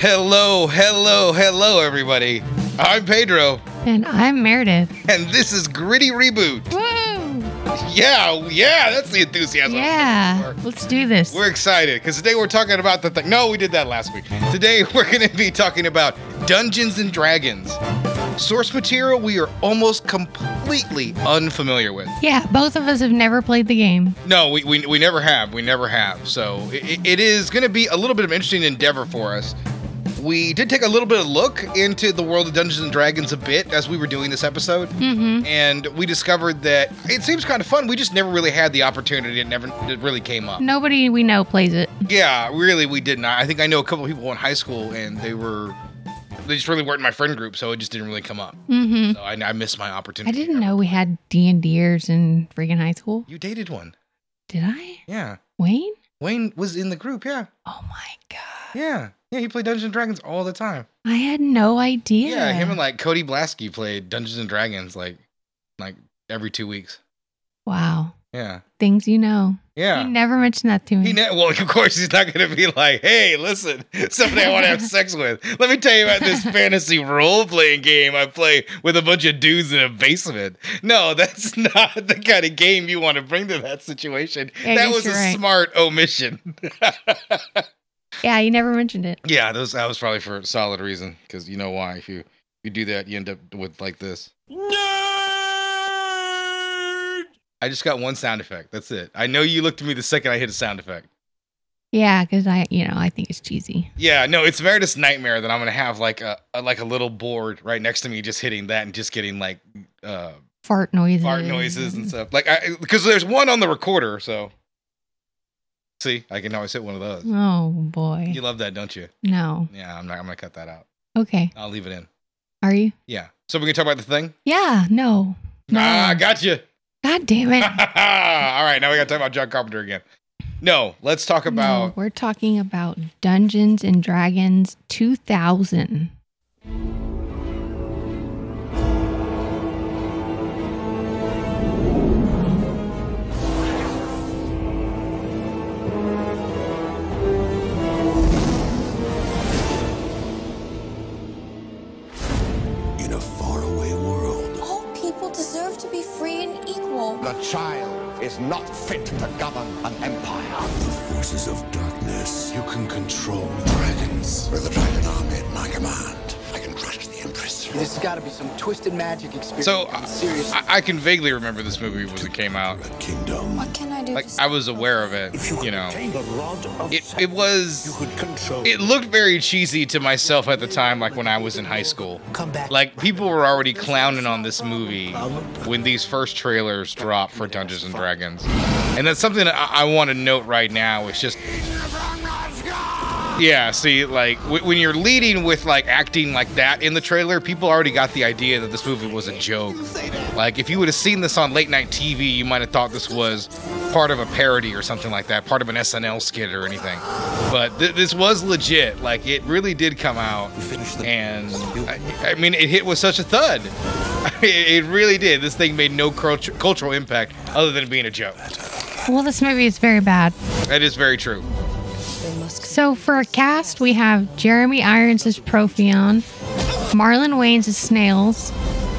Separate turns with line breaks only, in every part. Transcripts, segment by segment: Hello, hello, hello, everybody. I'm Pedro,
And I'm Meredith.
and this is Gritty Reboot.
Woo!
Yeah, yeah, that's the enthusiasm.
Yeah, let's do this.
We're excited because today we're talking about the thing. No, we did that last week. Today we're going to be talking about Dungeons and Dragons. Source material we are almost completely unfamiliar with.
Yeah, both of us have never played the game.
No, we, we, we never have. We never have. So it, it is going to be a little bit of an interesting endeavor for us. We did take a little bit of look into the world of Dungeons and Dragons a bit as we were doing this episode,
Mm-hmm.
and we discovered that it seems kind of fun. We just never really had the opportunity. It never it really came up.
Nobody we know plays it.
Yeah, really, we did not. I think I know a couple of people in high school, and they were they just really weren't in my friend group, so it just didn't really come up.
Mm-hmm.
So I, I missed my
I
opportunity.
didn't know we had D and Ders in freaking high school.
You dated one,
Did I?
yeah.
Wayne?
Wayne was in the group, yeah.
Oh my god!
Yeah. Yeah, he played Dungeons and Dragons all the time.
I had no idea.
Yeah, him and like Cody Blasky played Dungeons and Dragons like like every two weeks.
wow,
Yeah.
things you know.
Yeah.
He never mentioned that to me.
He ne- well, of course, he's not going to be like, "Hey, listen, somebody I want to have sex with. Let me tell you about this fantasy role-playing game I play with a bunch of dudes in a basement." No, that's not the kind of game you want to bring to that situation.
Yeah, I
that
guess
was a
you're right.
smart omission.
yeah, he never mentioned it.
yeah, that was, that was probably for a solid reason because you know why. If you if you do that, you end up with like this. I just got one sound effect. That's it. I know you looked at me the second I hit a sound effect.
Yeah, because I, you know, I think it's cheesy.
Yeah, no, it's Meredith's nightmare that I'm gonna have like a, a like a little board right next to me, just hitting that and just getting like uh
Fart noises.
fart noises and stuff. Like, I because there's one on the recorder, so see, I can always hit one of those.
Oh boy.
You love that, don't you?
No.
Yeah, I'm not. I'm gonna cut that out.
Okay.
I'll leave it in.
Are you?
Yeah. So we can talk about the thing.
Yeah. No. No.
Ah, gotcha.
God damn it.
All right, now we gotta talk about John Carpenter again. No, let's talk
No,
about.
we're talking about Dungeons and Dragons 2000.
In a faraway world,
All people deserve to be free and equal.
The child is not fit to govern an empire.
the forces of darkness
You can control dragons. With the dragon army at my command, I can crush the Empress.
This has got to be some twisted magic experience.
So
I'm
I,
serious.
I- I can vaguely remember this movie when it came out.
a kingdom
What can I do?
Like
to
I was aware of it, you know.
the rod of
It it was
could control
it looked very cheesy to myself at the time, like when I was in high school.
come back
Like people were already clowning on this movie when these first trailers dropped for Dungeons and Dragons, and that's something that I, I want to note right now. It's just yeah, see, like w- when you're leading with like acting like that in the trailer, people already got the idea that this movie was a joke. Like if you would have seen this on late night TV, you might have thought this was part of a parody or something like that, part of an SNL skit or anything. But th- this was legit. Like it really did come out, and I, I mean, it hit with such a thud. It, it really did. This thing made no cultu- cultural impact other than being a joke.
Well, this movie is very bad.
That is very true.
They must
So for a cast, we have Jeremy Irons as Profion, Marlon Wayans as Snails,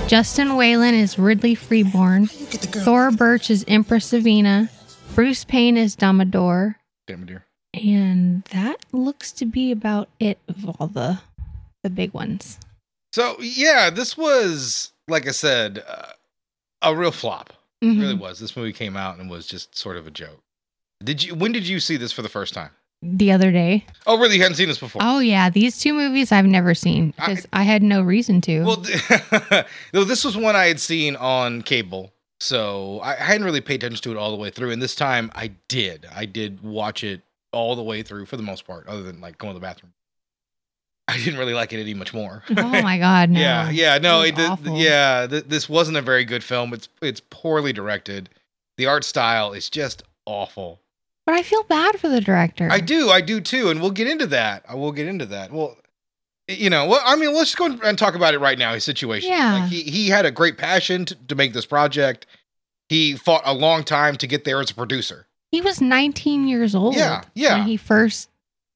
Justin Whalen as Ridley Freeborn, Thor Birch as Empress Savina, Bruce Payne as Domador,
Damn it, dear.
and that looks to be about it of all the the big ones.
So yeah, this was like I said, uh, a real flop. It
Mhm.
really was. This movie came out and was just sort of a joke. Did you? When did you see this for the first time?
The other day.
Oh, really? You hadn't seen this before?
Oh yeah, these two movies I've never seen
I-
because I, had no reason to.
Well, no, this was one I had seen on cable, so I, I hadn't really paid attention to it all the way through. And this time, I did. I did watch it all the way through for the most part, other than like going to the bathroom. I didn't really like it any much more.
oh my god, no.
Yeah, yeah, no,
was
it, th-
awful.
yeah, th- this wasn't a very good film. It's it's poorly directed. The art style is just awful.
But I feel bad for the director.
I do, I do too, and we'll get into that. I will get into that. Well, y- you know, well, I mean, let's just go and talk about it right now. His situation.
Yeah.
like, he he had a great passion to, to make this project. He fought a long time to get there as a producer.
He was 19 years old.
Yeah, yeah.
When he first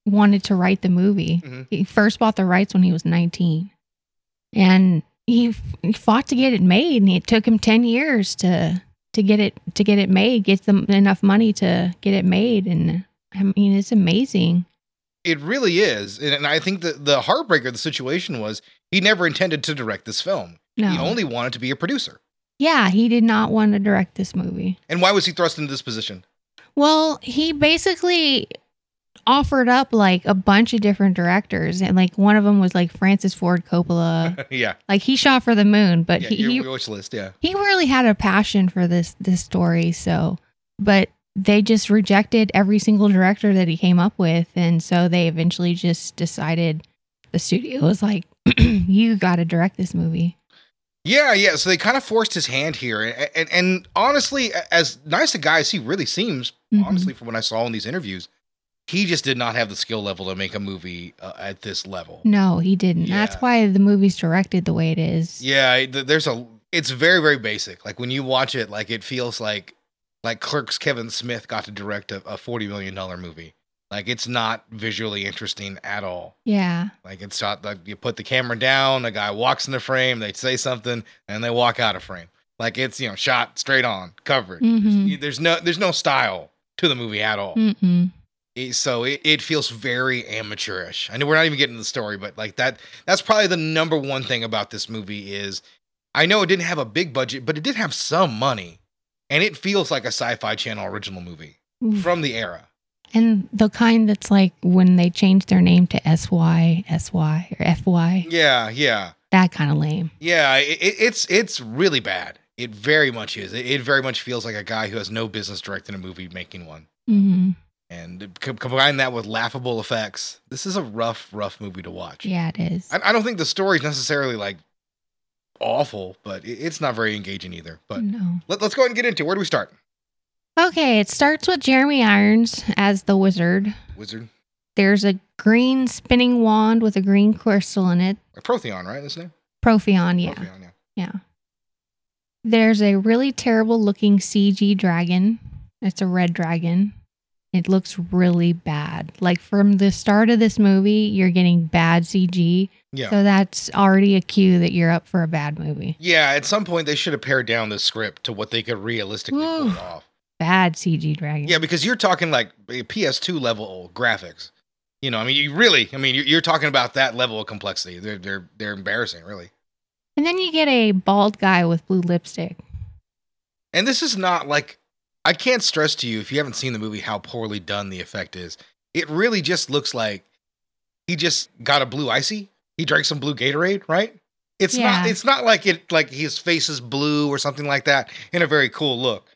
wanted to write the movie.
Mhm.
He first bought the rights when he was 19. And he, f- he fought to get it made and it took him 10 years to to get it to get it made, get them enough money to get it made and I mean it's amazing.
It really is, and, and I think the the heartbreaker of the situation was he never intended to direct this film.
No.
He only wanted to be a producer.
yeah, he did not want to direct this movie.
And why was he thrust into this position?
Well, he basically offered up like a bunch of different directors and like one of them was like Francis Ford Coppola.
yeah,
like he shot for the moon, but
yeah,
he,
your,
he
your wish list. Yeah,
he really had a passion for this this story so but they just rejected every single director that he came up with and so they eventually just decided the studio was like you got to direct this movie
yeah, yeah. So they kind of forced his hand here, and and, and honestly, a- as nice a guy as he really seems,
Mhm.
honestly, from what I saw in these interviews, he just did not have the skill level to make a movie uh, at this level.
no he didn't
Yeah.
that's why the movie's directed the way it is
Yeah, th- there's a. It's very very basic. Like when you watch it, like it feels like like Clerks Kevin Smith got to direct a, a forty million dollar movie. Like it's not visually interesting at all.
yeah
Like it's shot like you put the camera down, a guy walks in the frame, they say something, and they walk out of frame. Like it's you know shot straight on covered.
Mhm.
You- There's no there's no style to the movie at all.
Mm-mm.
It- so it, it feels very amateurish. I know we're not even getting to the story, but like that that's probably the number one thing about this movie is I know it didn't have a big budget, but it did have some money. And it feels like a sci-fi channel original movie
Oof.
from the era.
and the kind that's like when they change their name to sy sy or fy
Yeah, yeah.
that kind of lame
Yeah, i i- it's it's really bad. It very much is. It, it very much feels like a guy who has no business directing a movie making one.
hmm
And co- combine that with laughable effects. This is a rough, rough movie to watch.
yeah it is
I, I don't think the story's necessarily like awful, but it, it's not very engaging either. But
no
let, us go ahead and get into it. where do we start?
Okay, it starts with Jeremy Irons as the wizard.
Wizard,
There's a green spinning wand with a green crystal in it.
Or Protheon, right? His name.
Propheon, yeah.
Protheon, yeah.
Yeah. There's a really terrible looking CG dragon. It's a red dragon. It looks really bad. Like from the start of this movie, you're getting bad CG.
Yeah.
So that's already a cue that you're up for a bad movie.
Yeah. At some point, they should have pared down the script to what they could realistically pull
Oof.
off.
Bad CG dragon.
Yeah, because you're talking like a PS2 level graphics. You know, I mean, you really, I mean, you're, you're talking about that level of complexity. They're they're they're embarrassing, really.
And then you get a bald guy with blue lipstick.
And this is not like I can't stress to you if you haven't seen the movie how poorly done the effect is. It really just looks like he just got a blue icy. He drank some blue Gatorade, right? It's not
Yeah.
it's not like it like his face is blue or something like that in a very cool look.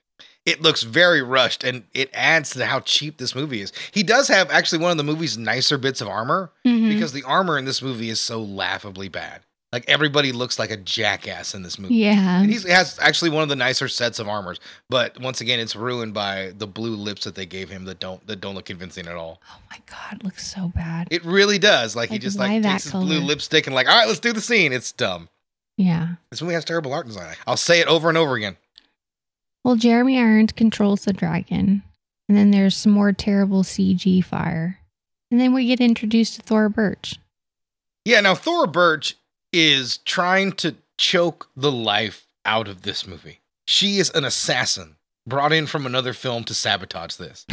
It looks very rushed and it adds to how cheap this movie is. He does have actually one of the movie's nicer bits of armor
Mhm.
because the armor in this movie is so laughably bad. Like everybody looks like a jackass in this movie.
yeah.
And he's, he has actually one of the nicer sets of armors, but once again, it's ruined by the blue lips that they gave him that don't that don't look convincing at all.
Oh my god, it looks so bad.
It really does. Like, he
Like,
just
why
like
that
takes his blue
color?
lipstick and like, all right, let's do the scene. It's dumb.
yeah.
This movie has terrible art design. I'll say it over and over again.
Well, Jeremy Irons controls the dragon. And then there's some more terrible CG fire. And then we get introduced to Thor Birch.
Yeah. Now Thora Birch is trying to choke the life out of this movie. She is an assassin brought in from another film to sabotage this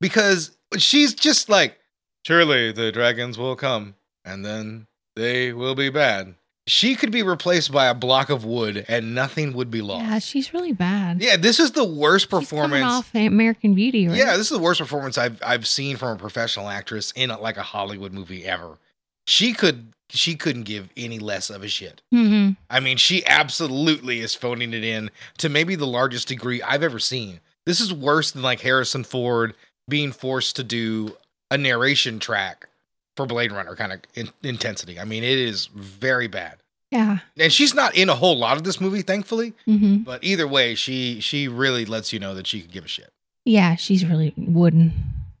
because she's just like, surely the dragons will come and then they will be bad. She could be replaced by a block of wood and nothing would be
Yeah,
lost.
she's really bad.
Yeah, this is the worst
She's coming
performance.
off American Beauty, right?
Yeah, this is the worst performance I've I've seen from a professional actress in like a Hollywood movie ever. She could she couldn't give any less of a shit.
hmm
I mean, she absolutely is phoning it in to maybe the largest degree I've ever seen. This is worse than like Harrison Ford being forced to do a narration track for Blade Runner kind of in- intensity. I mean, it is very bad.
Yeah.
And she's not in a whole lot of this movie, thankfully.
hmm
But either way, she she really lets you know that she could give a shit.
Yeah, she's really wooden.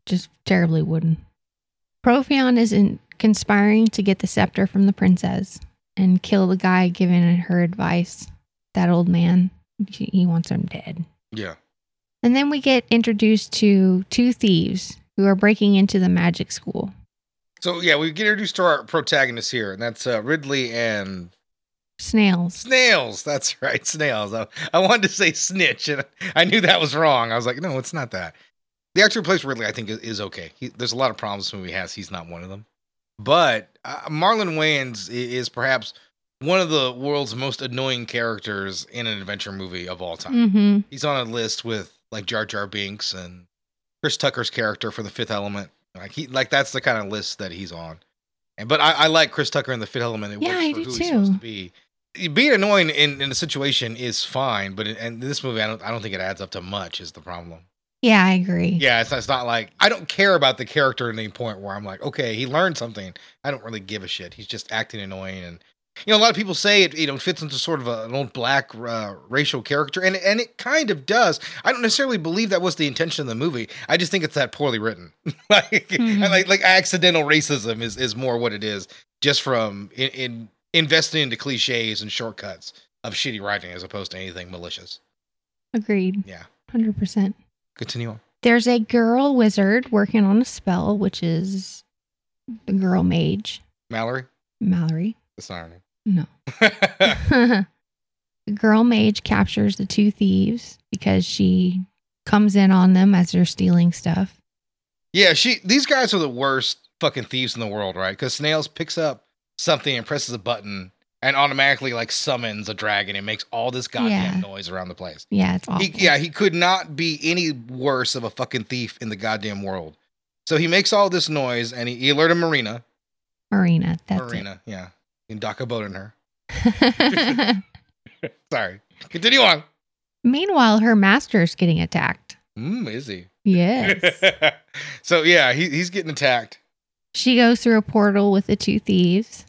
Just terribly wooden. Profion is in conspiring to get the scepter from the princess and kill the guy giving her advice. That old man. He he wants him dead.
Yeah.
And then we get introduced to two thieves who are breaking into the magic school.
So yeah, we get introduced to our protagonists here, and that's uh, Ridley and
Snails.
Snails. That's right, snails. I, I wanted to say snitch, and I knew that was wrong. I was like, no, it's not that. The actor who plays Ridley, I think, is, is okay. He, there's a lot of problems this movie has. He's not one of them. But uh, Marlon Wayans i- is perhaps one of the world's most annoying characters in an adventure movie of all time.
Mm-hmm.
He's on a list with like Jar Jar Binks and Chris Tucker's character for The Fifth Element. Like he, like that's the kind of list that he's on. And but I, I like Chris Tucker in The Fifth Element. It
Yeah,
works
I
for
do
who
too.
he's supposed to be. Being annoying in, in a situation is fine, but in, in this movie, I don't, I don't think it adds up to much. Is the problem?
Yeah, I agree.
Yeah, it's, it's not like I don't care about the character at any point where I'm like, okay, he learned something. I don't really give a shit. He's just acting annoying, and you know, a lot of people say it, you know, fits into sort of a, an old black uh, racial character, and and it kind of does. I don't necessarily believe that was the intention of the movie. I just think it's that poorly written, like,
Mhm.
like like accidental racism is is more what it is, just from in, in investing into cliches and shortcuts of shitty writing as opposed to anything malicious.
Agreed.
Yeah.
100%.
Continue on.
There's a girl wizard working on a spell, which is the girl mage,
Mallory.
Mallory.
That's not her name.
No. the girl mage captures the two thieves because she comes in on them as they're stealing stuff.
Yeah, she. These guys are the worst fucking thieves in the world, right? Because Snails picks up something and presses a button and automatically like summons a dragon and makes all this goddamn
Yeah.
noise around the place.
Yeah, it's awful.
He, yeah, he could not be any worse of a fucking thief in the goddamn world. So he makes all this noise and he, he alerted Marina.
Marina. That's
Marina, yeah, and Daka in her.
it.
Sorry, continue on.
Meanwhile, her master is getting attacked.
Mm, is he?
Yes.
so yeah, he, he's getting attacked.
she goes through a portal with the two thieves.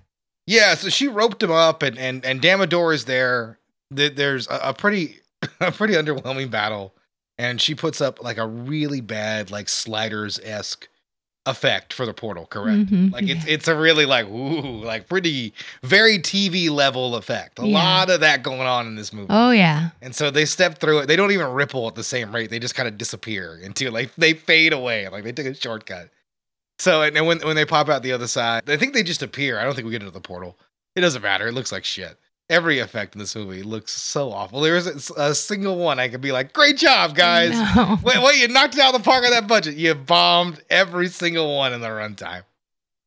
Yeah, so she roped him up, and and and Damador is there. Th- There's a, a pretty a pretty underwhelming battle, and she puts up like a really bad like sliders esque effect for the portal. Correct?
Mhm.
Like it's
Yeah.
it's a really like ooh like pretty very TV level effect. A
Yeah.
lot of that going on in this movie.
Oh yeah.
And so they step through it. They don't even ripple at the same rate. They just kind of disappear into like they fade away. Like they took a shortcut. So and then when when they pop out the other side, I think they just appear. I don't think we get into the portal. It doesn't matter. It looks like shit. Every effect in this movie looks so awful. There isn't a single one I could be like, "Great job, guys!
No.
Wait, wait, you knocked it out of the park on that budget. You bombed every single one in the runtime."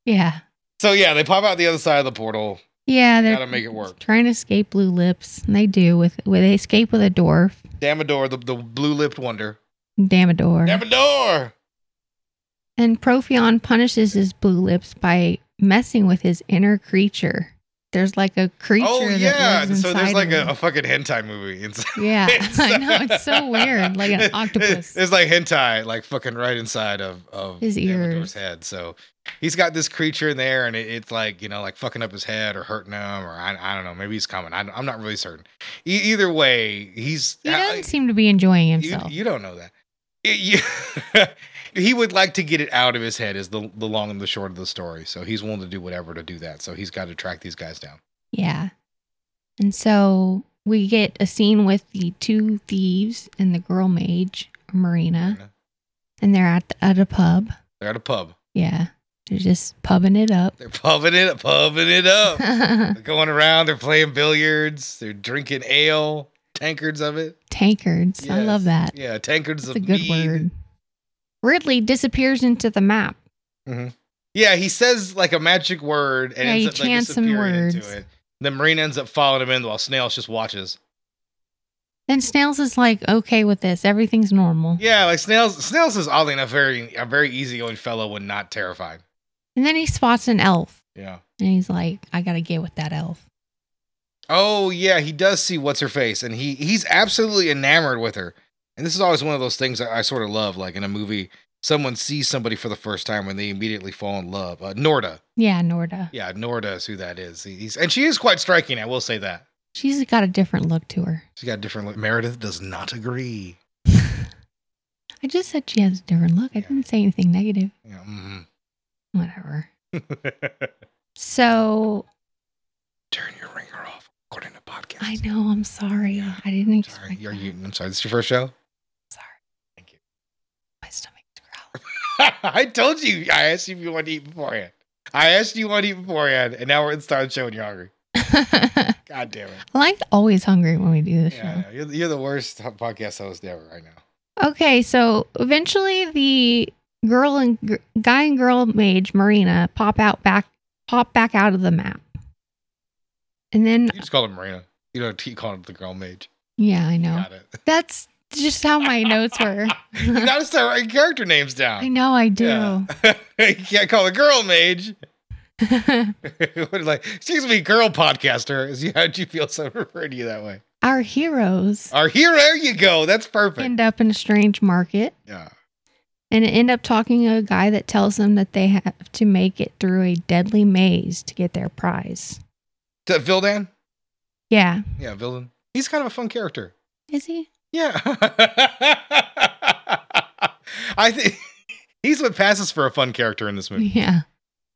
Yeah.
So yeah, they pop out the other side of the portal.
Yeah. They're
Gotta make it work.
Trying to escape Blue Lips, and they do with, with they escape with a dwarf,
Damador, the, the blue-lipped wonder.
Damador,
Damador.
and Profion punishes his Blue Lips by messing with his inner creature. There's like a creature.
Oh yeah,
that lives
so there's
inside
like
of
a,
him.
a fucking hentai movie. Inside.
yeah. I know it's so weird, like an
It's-
octopus.
It's like hentai, like fucking right inside of of
His
Dumbledore's
ears.
head. So he's got this creature in there, and it, it's like you know, like fucking up his head or hurting him, or I, I don't know. Maybe he's coming. I, am not really certain. E- either way, he's
He
I-
doesn't seem to be enjoying
you,
himself.
you don't know that. It- you- he would like to get it out of his head. Is the the long and the short of the story. So he's willing to do whatever to do that. So he's got to track these guys down.
Yeah. And so we get a scene with the two thieves and the girl mage, Marina, and they're at the, at a pub.
They're at a pub.
Yeah. They're just pubbing it up.
They're pubbing it up, pubbing it up. They're going around, they're playing billiards, they're drinking ale, tankards of it.
Tankards. I love
Yes.
that.
Yeah, tankards
That's
of
a good
mead.
word. Ridley disappears into the map.
Yeah, he says like a magic word and
Yeah,
ends
he
up like
chants some
disappearing
words.
into it. Then Marina ends up following him in while Snails just watches.
Then Snails is like, okay with this. Everything's normal.
Yeah, like Snails Snails is oddly enough very a very easygoing fellow when not terrified.
And then he spots an elf
Yeah.
and he's like, I got to get with that elf.
Oh yeah, he does see what's her face, and he he's absolutely enamored with her. And this is always one of those things that I sort of love, like in a movie, someone sees somebody for the first time and they immediately fall in love. Uh, Norda,
Yeah, Norda.
yeah, Norda is who that is. He- He's and she is quite striking. I will say that
She's got a different look to her.
she's got a different look. Meredith does not agree.
I just said she has a different look. I
Yeah.
didn't say anything negative.
Yeah, mhm.
Whatever. So
Turn your ringer off according to podcast.
I know. I'm sorry.
Yeah.
I didn't
Sorry,
expect.
are
that.
you? I'm sorry. This is your first show.
Sorry.
Thank you.
My stomach's growling.
I told you. I asked you if you wanted to eat beforehand. I asked you what to eat beforehand, and now we're inside showing you're hungry. God damn it.
I like always hungry when we do this
Yeah, I know. you're, you're the worst podcast host ever right now.
show. Okay, so eventually the girl and gr- guy and girl mage Marina pop out back pop back out of the map. And then
You just call him Marina. You know, you call him the girl mage.
yeah, I know.
Got it.
That's just how my notes were.
You gotta start writing character names
I
down.
know I do.
Yeah. you can't call the girl mage. What, like, excuse me, girl podcaster. Is you how'd you feel so referred to you that way?
Our heroes
Our hero, there you go. That's perfect.
end up in a strange market
yeah.
and end up talking to a guy that tells them that they have to make it through a deadly maze to get their prize.
Is that Vildan?
Yeah.
Yeah, Vildan. He's kind of a fun character.
Is he?
Yeah. I think he's what passes for a fun character in this movie.
Yeah.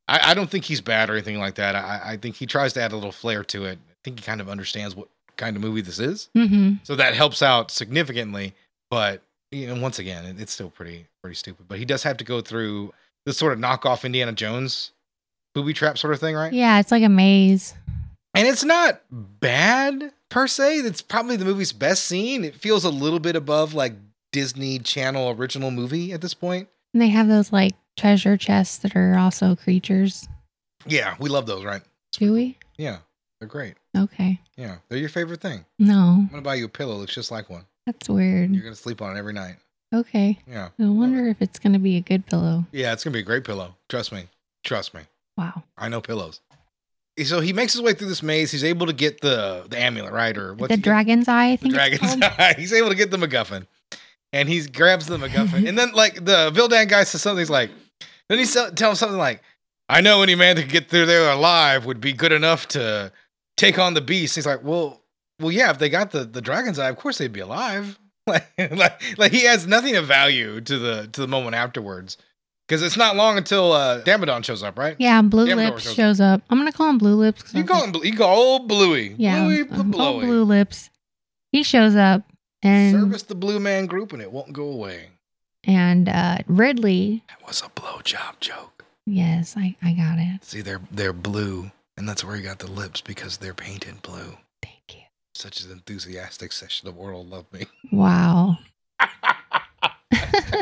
I, I don't think he's bad or anything like that. I, I think he tries to add a little flair to it. I think he kind of understands what kind of movie this is,
Mm-hmm.
so that helps out significantly. But you know, once again, it, it's still pretty pretty stupid. But he does have to go through this sort of knockoff Indiana Jones booby trap sort of thing, right?
Yeah, it's like a maze.
And it's not bad per se. That's probably the movie's best scene. It feels a little bit above like Disney Channel original movie at this point.
And they have those like treasure chests that are also creatures.
Yeah, we love those, right?
Do we?
Yeah, they're great.
Okay.
Yeah, they're your favorite thing.
No.
I'm gonna buy you a pillow. Looks just like one.
That's weird.
You're gonna sleep on it every night.
Okay.
Yeah.
I wonder if it's going to be a good pillow.
Yeah, it's gonna be a great pillow. Trust me. Trust me.
Wow.
I know pillows. So he makes his way through this maze. He's able to get the the amulet, right? Or what's
the
it-
dragon's eye, I
the
think. it's
dragon's
called.
eye. He's able to get the MacGuffin, and he grabs the MacGuffin. and then like the Vildan guy says something. He's like, then he tell tells him something like, "I know any man that could get through there alive would be good enough to take on the beast." He's like, "Well, well, yeah. If they got the the dragon's eye, of course they'd be alive." Like, like, like he adds nothing of value to the to the moment afterwards, because it's not long until uh, Damodon shows up, right?
Yeah, Blue
Damn, Nora
Lips
goes-
shows up. I'm going to call him Blue Lips. 'cause I
You
was
call
like-
him, Blu- you call old Bluey,
Yeah.
Bluey
um,
the
um, oh,
Bluey.
Blue Lips. He shows up and
Service the Blue Man Group, and it won't go away.
and uh, Ridley.
That was a blowjob joke.
Yes, I, I got it.
See, they're they're blue, and that's where he got the lips because they're painted blue.
Thank you.
Such an enthusiastic session of oral love me.
Wow.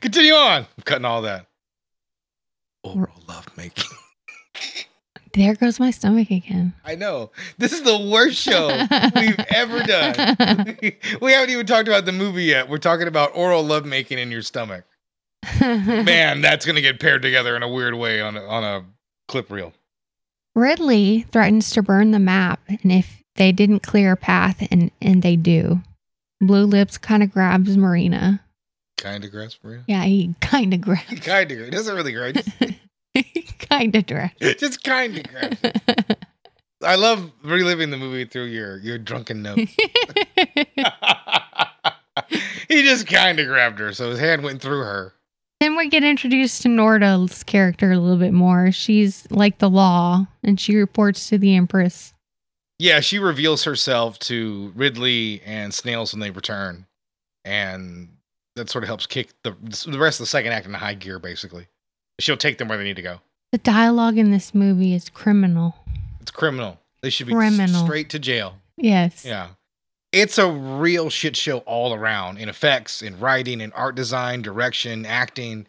Continue on. I'm cutting all that. Oral love making.
There goes my stomach again.
I know. This is the worst show we've ever done. we haven't even talked about the movie yet. We're talking about oral love making in your stomach. Man, that's gonna get paired together in a weird way on a, on a clip reel.
Ridley threatens to burn the map, and if they didn't clear a path, and, and they do, Blue Lips kind of grabs Marina.
Kind of grasp, Maria.
Yeah, he kind of grabs.
Kind of. It doesn't really grab.
kind of grabs.
just kind of grab. I love reliving the movie through your your drunken notes. he just kind of grabbed her, so his hand went through her.
then we get introduced to Norda's character a little bit more. She's like the law, and she reports to the Empress.
Yeah, she reveals herself to Ridley and Snails when they return, and that sort of helps kick the the rest of the second act into high gear. Basically, she'll take them where they need to go.
The dialogue in this movie is criminal.
It's criminal. They should be s-
Criminal.
straight to jail.
Yes.
Yeah. It's a real shit show all around in effects, in writing, in art design, direction, acting.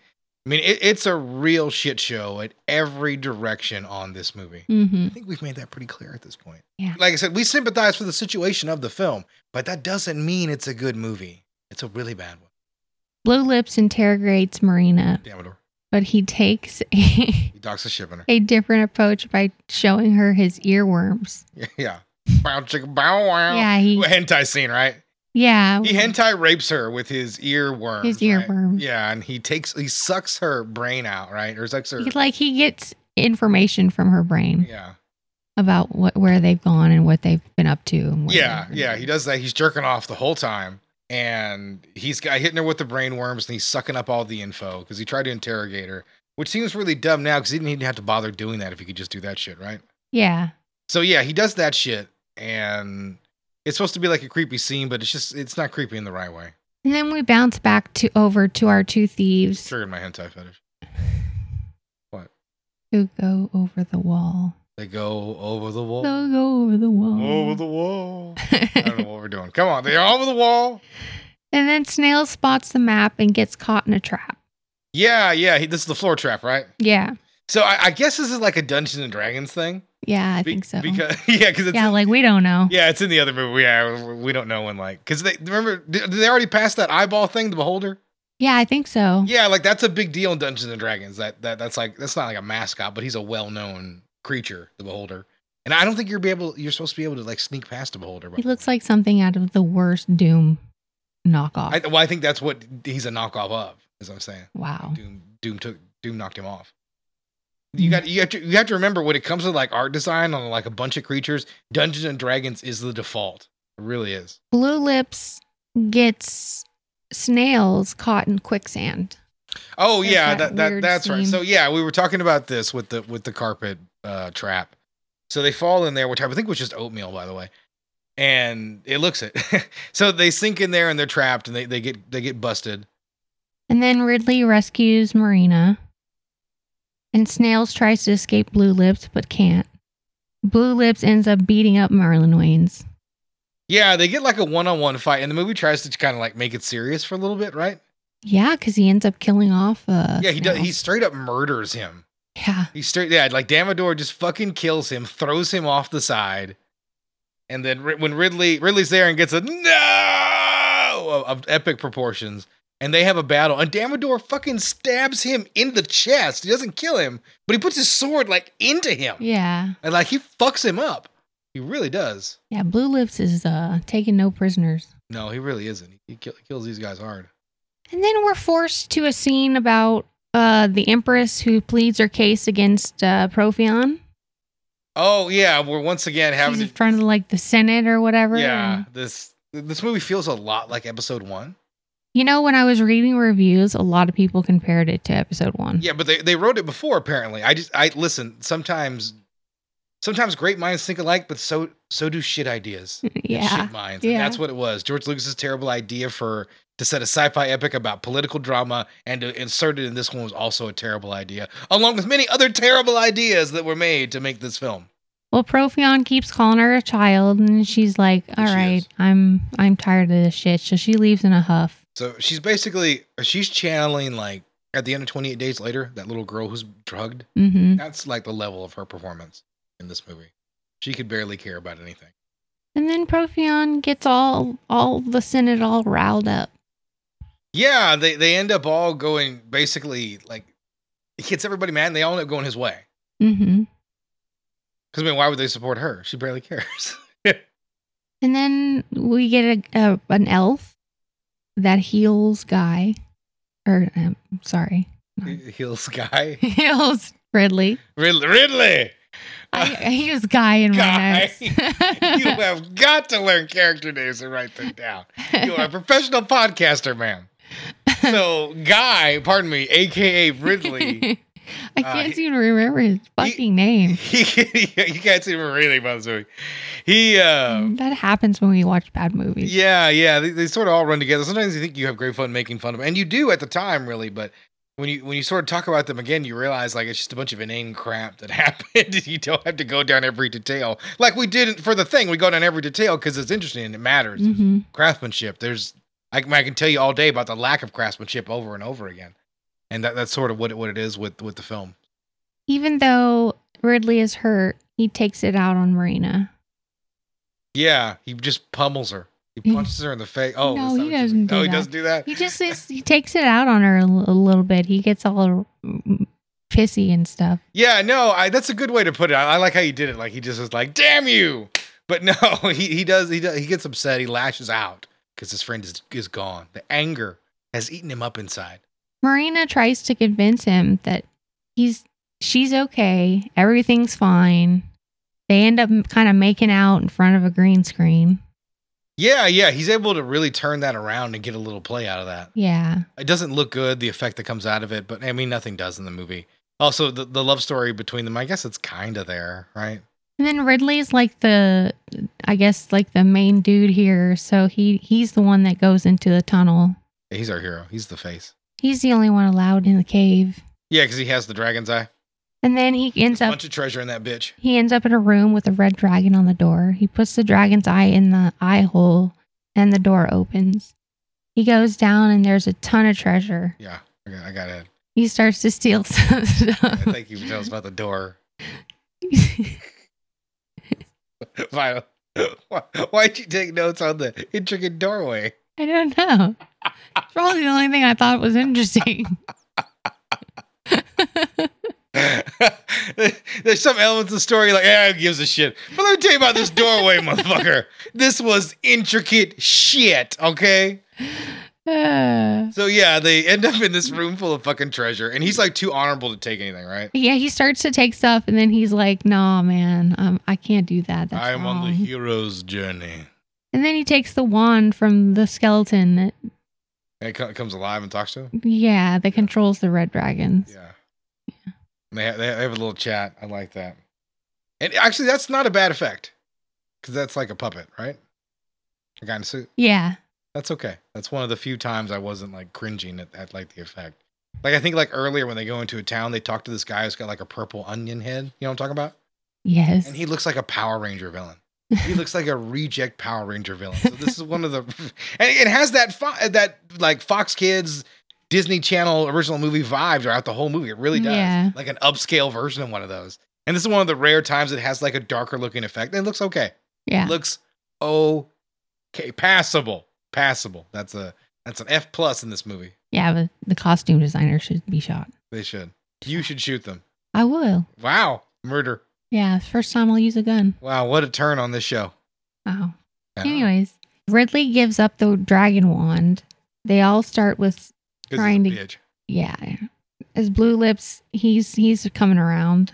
I mean, it, it's a real shit show at every direction on this movie.
Mm-hmm.
I think we've made that pretty clear at this point.
Yeah.
Like I said, we sympathize for the situation of the film, but that doesn't mean it's a good movie. It's a really bad one.
Blue Lips interrogates Marina,
Damn it.
but he takes a,
He docks the ship in her.
a different approach by showing her his earworms.
Yeah. Bow chicka bow wow.
Yeah, he-
hentai scene, right?
Yeah.
He hentai rapes her with his earworm.
Oh. His
Right?
earworms.
Yeah, and he takes he sucks her brain out, right? Or sucks her.
He- like he gets information from her brain
Yeah,
about what where they've gone and what they've been up to. And what
yeah,
they've-
yeah. He does that. He's jerking off the whole time, and he's got hitting her with the brain worms, and he's sucking up all the info because he tried to interrogate her, which seems really dumb now because he didn't even have to bother doing that if he could just do that shit, right?
yeah.
So yeah, he does that shit, and it's supposed to be like a creepy scene, but it's just it's not creepy in the right way.
And then we bounce back to over to our two thieves.
Triggered my hentai fetish.
who go over the wall.
They go over the wall.
They'll go over the wall.
Over the wall. I don't know what we're doing. Come on, they're over the wall.
and then Snail spots the map and gets caught in a trap.
Yeah, yeah. He, this is the floor trap, right?
Yeah.
So I, I guess this is like a Dungeons and Dragons thing.
Yeah, I
Be-
think so.
Because yeah, because it's
yeah, like we don't know.
yeah, it's in the other movie. Yeah, we don't know when like because they remember did did they already pass that eyeball thing, the beholder.
Yeah, I think so.
Yeah, like that's a big deal in Dungeons and Dragons. That that that's like that's not like a mascot, but he's a well-known creature, the beholder. And I don't think you're be able you're supposed to be able to like sneak past the beholder.
He looks like something out of the worst Doom knockoff.
I, well, I think that's what he's a knockoff of. Is what I'm saying.
wow.
Doom Doom took Doom knocked him off. You
Mm.
got you have to you have to remember when it comes to like art design on like a bunch of creatures, Dungeons and Dragons is the default. It really is.
Blue Lips gets snails caught in quicksand.
Oh
There's
yeah,
that
that, that,
weird
that's right.
scene.
So yeah, we were talking about this with the with the carpet uh, trap. So they fall in there, which I think was just oatmeal, by the way. And it looks it. so they sink in there and they're trapped and they, they get they get busted.
And then Ridley rescues Marina. And Snails tries to escape Blue Lips but can't. Blue Lips ends up beating up Marlon Waynes.
Yeah, they get like a one on one fight, and the movie tries to kind of like make it serious for a little bit, right?
Yeah, because he ends up killing off. Uh,
yeah, he does.
Snail.
He straight up murders him.
yeah,
He straight, yeah, like Damador just fucking kills him, throws him off the side, and then Ri- when Ridley Ridley's there and gets a no of, of epic proportions, and they have a battle, and Damador fucking stabs him in the chest. He doesn't kill him, but he puts his sword like into him,
yeah,
and like he fucks him up. He really does.
yeah. Blue Lips is uh, taking no prisoners.
No, he really isn't. He kill, kills these guys hard.
And then we're forced to a scene about uh, the Empress who pleads her case against uh, Profion.
Oh yeah, we're once again having
She's in
to-
front of like the Senate or whatever.
yeah
and-
this this movie feels a lot like Episode One.
you know, when I was reading reviews, a lot of people compared it to episode one.
Yeah, but they, they wrote it before apparently. I just I listen, sometimes sometimes great minds think alike, but so so do shit ideas. and
yeah.
Shit minds. And
Yeah.
that's what it was. George Lucas's terrible idea for to set a sci-fi epic about political drama and to insert it in this one was also a terrible idea, along with many other terrible ideas that were made to make this film.
Well, Profion keeps calling her a child, and she's like, "All
Yes, she
right,
is.
I'm I'm tired of this shit." So she leaves in a huff.
So she's basically she's channeling like at the end of 28 days later, that little girl who's drugged.
hmm
That's like the level of her performance in this movie. She could barely care about anything.
And then Profion gets all all the Senate all riled up.
Yeah, they, they end up all going basically like he gets everybody mad and they all end up going his way.
hmm
Because I mean, why would they support her? She barely cares.
And then we get a, a an elf that heals guy, or um, sorry,
Heels guy.
heals Ridley.
Rid- Ridley!
I, I use guy in
Guy.
my
You
notes.
have got to learn character names and write them down. You are a professional podcaster, man. So, Guy, pardon me, aka Ridley,
I
Uh,
can't
he-
even remember his fucking name.
he, you can't see him really about this movie. He, uh,
that happens when we watch bad movies.
Yeah, yeah, they, they sort of all run together. Sometimes you think you have great fun making fun of them, and you do at the time, really. But when you when you sort of talk about them again, you realize like it's just a bunch of inane crap that happened. you don't have to go down every detail like we did for the thing. We go down every detail because it's interesting and it matters.
hmm
Craftsmanship. There's I, can- I can tell you all day about the lack of craftsmanship over and over again, and that, that's sort of what it, what it is with with the film.
Even though Ridley is hurt, he takes it out on Marina.
Yeah, he just pummels her. He
He-
punches her in the face. Oh, is
No,
that
he
what you-
doesn't do
Oh, he
that.
doesn't do that.
He just is, he takes it out on her a, l- a little bit. He gets all mm, pissy and stuff.
Yeah, no, I, that's a good way to put it. I, I like how you did it. Like he just was like, "Damn you!" But no, he, he does. He does, he gets upset. He lashes out because his friend is is gone. The anger has eaten him up inside.
Marina tries to convince him that he's she's okay, everything's fine. They end up kind of making out in front of a green screen.
Yeah, yeah, he's able to really turn that around and get a little play out of that.
Yeah.
It doesn't look good, the effect that comes out of it, but I mean, nothing does in the movie. Also, the, the love story between them, I guess it's kind of there, right?
And then Ridley's like the I guess like the main dude here, so he he's the one that goes into the tunnel.
Yeah, he's our hero. He's the face.
He's the only one allowed in the cave.
Yeah, because he has the dragon's eye.
And then he ends up
Bunch of treasure in that bitch.
he ends up in a room with a red dragon on the door. He puts the dragon's eye in the eye hole and the door opens. He goes down and there's a ton of treasure.
Yeah, I got, I got it.
He starts to steal some
I
stuff.
think you tell us about the door. Why, why'd you take notes on the intricate doorway?
I don't know. It's probably the only thing I thought was interesting.
There's some elements of the story like, eh, who gives a shit. But let me tell you about this doorway, motherfucker. This was intricate shit, okay?
Uh,
So yeah, they end up in this room full of fucking treasure, and he's like too honorable to take anything, right?
yeah, he starts to take stuff and then he's like, nah, man, um, I can't do that. That's
I'm on the
wrong."
hero's journey.
And then he takes the wand from the skeleton. That,
And it co- comes alive and talks to him.
yeah, that controls the red dragons.
Yeah. And They have, they have a little chat. I like that. And actually, that's not a bad effect because that's like a puppet, right? A guy in a suit.
Yeah.
That's okay. That's one of the few times I wasn't like cringing at, at like the effect. Like I think like earlier when they go into a town, they talk to this guy who's got like a purple onion head. You know what I'm talking about?
Yes.
And he looks like a Power Ranger villain. He looks like a reject Power Ranger villain. So this is one of the, and it has that fo- that like Fox Kids, Disney Channel original movie vibes throughout the whole movie. It really does.
Yeah.
Like an upscale version of one of those. And this is one of the rare times it has like a darker looking effect. It looks okay.
yeah.
Looks okay, passable, passable. That's a that's an F plus in this movie.
Yeah, but the costume designer should be shot.
They should. You should shoot them.
I will.
Wow, murder.
Yeah, it's the first time I'll use a gun. Oh.
Wow, what a turn on this show.
Wow.
Yeah.
Anyways, Ridley gives up the dragon wand. They all start with
'Cause he's a
trying to-
bitch.
yeah. His blue lips, he's he's coming around.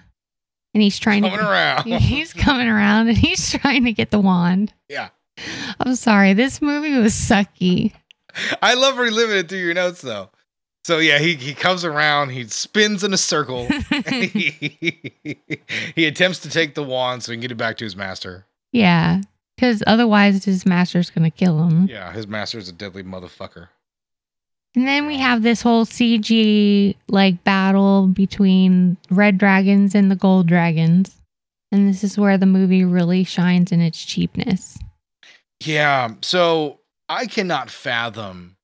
And he's trying
coming
to
around.
he's coming around and he's trying to get the wand.
Yeah.
I'm sorry, this movie was sucky.
I love reliving it through your notes though. So yeah, he, he comes around, he spins in a circle. he, attempts to take the wand so he can get it back to his master.
yeah. Cause otherwise his master's gonna kill him.
Yeah, his master is a deadly motherfucker.
And then we have this whole CG like battle between red dragons and the gold dragons. And this is where the movie really shines in its cheapness.
Yeah, so I cannot fathom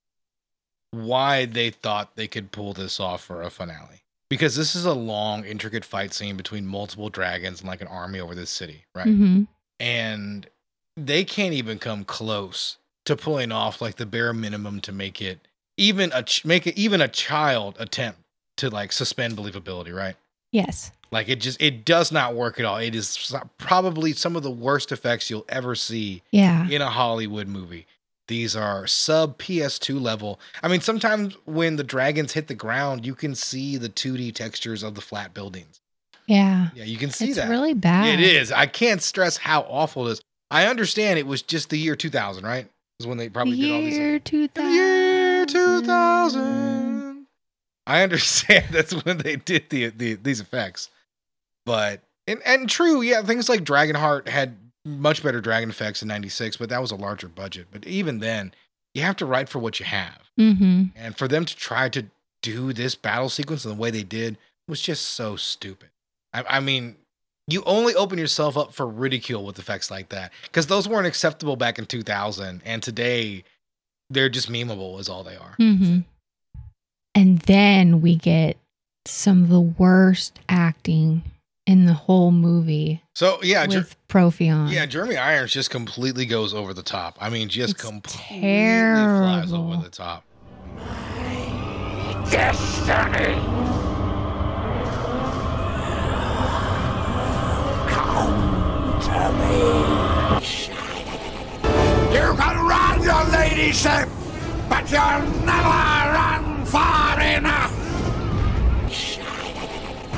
why they thought they could pull this off for a finale. Because this is a long, intricate fight scene between multiple dragons and like an army over this city, right?
hmm
and they can't even come close to pulling off like the bare minimum to make it even a ch- make it even a child attempt to like suspend believability right
Yes.
like it just it does not work at all it is s- probably some of the worst effects you'll ever see
Yeah.
in a hollywood movie these are sub ps2 level i mean sometimes when the dragons hit the ground you can see the 2d textures of the flat buildings
Yeah.
yeah you can see
It's
that
really bad.
it is. I can't stress how awful it is. I understand it was just the year 2000, right? Is when they
The
probably did all these.
year 2000.
The year 2000. I understand that's when they did the, the these effects, but and and true, yeah, things like Dragonheart had much better dragon effects in '96, but that was a larger budget. But even then, you have to write for what you have,
Mm-hmm.
and for them to try to do this battle sequence in the way they did was just so stupid. I, I mean, you only open yourself up for ridicule with effects like that because those weren't acceptable back in 2000, and today they're just memeable, is all they are.
Mm-hmm. And then we get some of the worst acting in the whole movie
So yeah, Jer-
with Profion.
yeah, Jeremy Irons just completely goes over the top. I mean, just
It's
completely flies over
terrible.
the top.
You can run, your ladyship, but you'll never run far enough.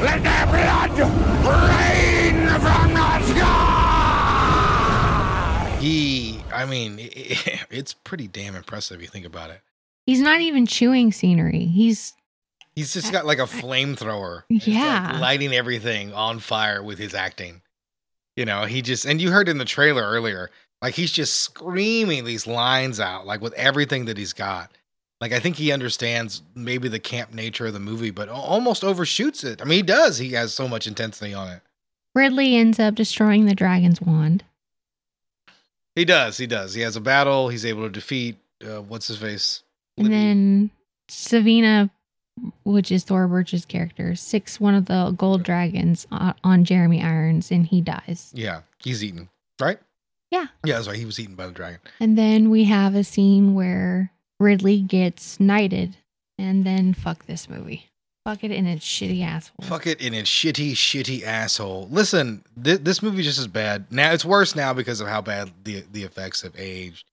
Let their blood rain from the sky.
He, I mean, it's pretty damn impressive if you think about it.
He's not even chewing scenery. He's
He's just got like a flamethrower. He's, like,
Yeah.
lighting everything on fire with his acting. You know, he just, and you heard in the trailer earlier, like he's just screaming these lines out, like with everything that he's got. Like I think he understands maybe the camp nature of the movie, but al- almost overshoots it. I mean, he does. He has so much intensity on it.
Ridley ends up destroying the dragon's wand.
He does. He does. He has a battle. He's able to defeat. Uh, what's his face?
And
Libby.
then Savina, which is Thor Birch's character, sicks one of the gold dragons o- on Jeremy Irons and he dies.
Yeah, he's eaten, right?
Yeah.
Yeah, that's right. He was eaten by the dragon.
And then we have a scene where Ridley gets knighted and then fuck this movie. Fuck it in its shitty asshole.
Fuck it in its shitty, shitty asshole. Listen, th- this movie just is bad. Now it's worse now because of how bad the the effects have aged.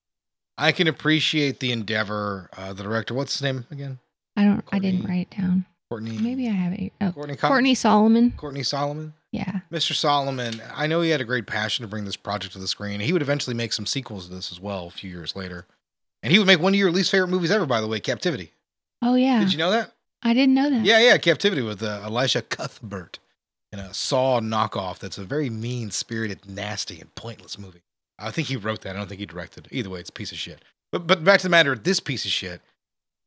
I can appreciate the endeavor. Uh, the director, what's his name again?
I don't I didn't
Courtney.
write it down.
Courtney.
Maybe I have it. Oh,
Courtney. Cox?
Courtney Solomon.
Courtney Solomon.
Yeah.
Mr. Solomon, I know he had a great passion to bring this project to the screen. He would eventually make some sequels to this as well a few years later. And he would make one of your least favorite movies ever, by the way, Captivity.
Oh yeah.
Did you know that?
I didn't know that.
Yeah, yeah, Captivity with uh, Elisha Cuthbert in a Saw knockoff that's a very mean spirited, nasty, and pointless movie. I think he wrote that. I don't think he directed it. Either way, it's a piece of shit. But, but back to the matter, this piece of shit,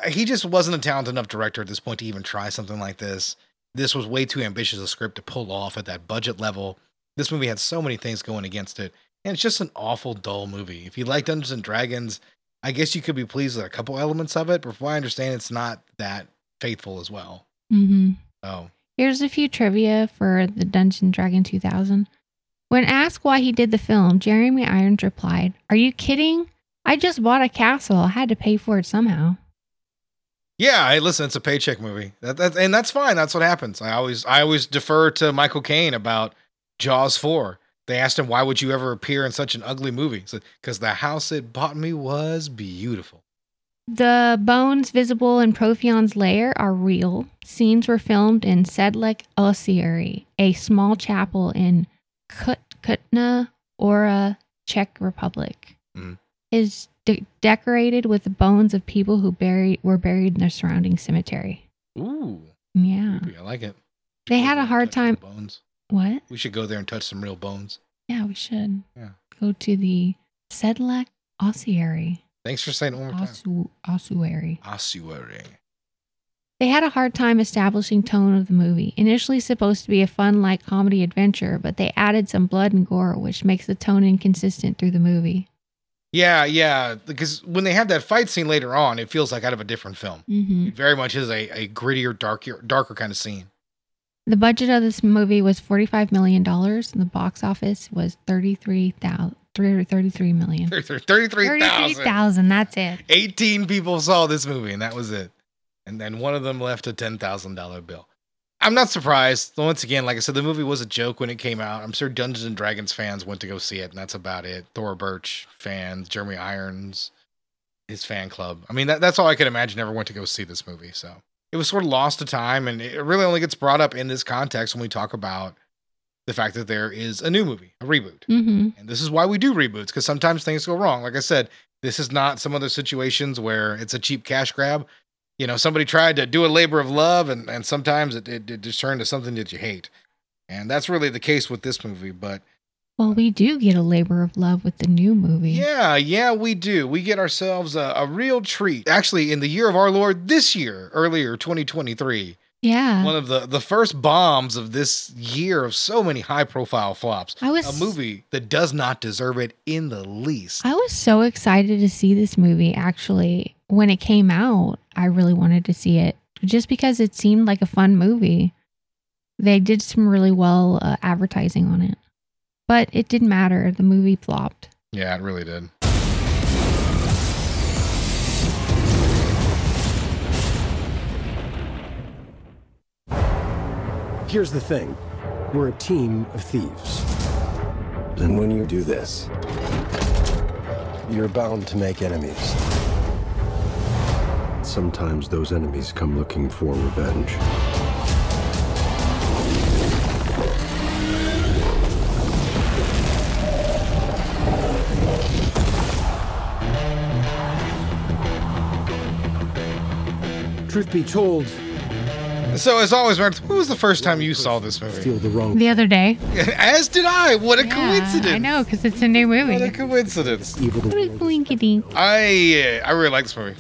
uh, he just wasn't a talented enough director at this point to even try something like this. This was way too ambitious a script to pull off at that budget level. This movie had so many things going against it. And it's just an awful, dull movie. If you like Dungeons and Dragons, I guess you could be pleased with a couple elements of it. But from what I understand, it's not that faithful as well.
Mm-hmm.
Oh,
Here's a few trivia for the Dungeon Dragon 2000. When asked why he did the film, Jeremy Irons replied, Are you kidding? I just bought a castle. I had to pay for it somehow.
yeah. Hey, listen, it's a paycheck movie, that, that, and that's fine. That's what happens. I always, I always defer to Michael Caine about Jaws four. They asked him why would you ever appear in such an ugly movie? Because the house it bought me was beautiful.
The bones visible in Profion's lair are real. Scenes were filmed in Sedlec Osiri, a small chapel in Kut- Kutna Ora, Czech Republic.
Mhm.
Is de- decorated with the bones of people who buried were buried in their surrounding cemetery.
Ooh,
Yeah.
creepy. I like it.
Hmm. They
Go
had
there
a
and
hard
touch some
time.
Bones.
What?
We should go there and touch some real bones.
Yeah, we should
Yeah.
go to the Sedlec Ossuary.
Thanks for saying it one more time.
Ossu- ossuary.
Ossuary.
They had a hard time establishing tone of the movie. Initially supposed to be a fun light comedy adventure, but they added some blood and gore, which makes the tone inconsistent through the movie.
Yeah, yeah. Because when they have that fight scene later on, it feels like out of a different film.
Mm-hmm.
It very much is a, a grittier, darker, darker kind of scene.
The budget of this movie was forty-five million dollars, and the box office was thirty-three thousand, three hundred thirty-three million.
33,000.
thousand. That's it.
18 people saw this movie, and that was it. And then one of them left a $10,000 bill. I'm not surprised. Once again, like I said, the movie was a joke when it came out. I'm sure Dungeons and Dragons fans went to go see it, and that's about it. Thor Birch fans, Jeremy Irons, his fan club. I mean, that, that's all I could imagine ever went to go see this movie. So it was sort of lost to time, and it really only gets brought up in this context when we talk about the fact that there is a new movie, a reboot.
Mm-hmm.
And this is why we do reboots because sometimes things go wrong. Like I said, this is not some other situations where it's a cheap cash grab. You know, somebody tried to do a labor of love, and, and sometimes it, it, it just turned to something that you hate. And that's really the case with this movie. But
Well, we do get a labor of love with the new movie.
yeah, yeah, we do. We get ourselves a, a real treat. Actually, in the year of our Lord this year, earlier 2023,
Yeah.
one of the, the first bombs of this year of so many high profile flops,
I was-
a movie that does not deserve it in the least.
I was so excited to see this movie actually. When it came out, I really wanted to see it just because it seemed like a fun movie. They did some really well uh, advertising on it, but it didn't matter. The movie flopped.
Yeah, it really did.
Here's the thing we're a team of thieves. And when you do this, you're bound to make enemies. Sometimes those enemies come looking for revenge. Truth be told,
So as always, Meredith, when was the first time you saw this movie?
feel the wrong
The other day,
As did I. What a coincidence!
I know because it's a new
What a
movie.
coincidence!
evil the
Blinkety.
I uh, I really like this movie.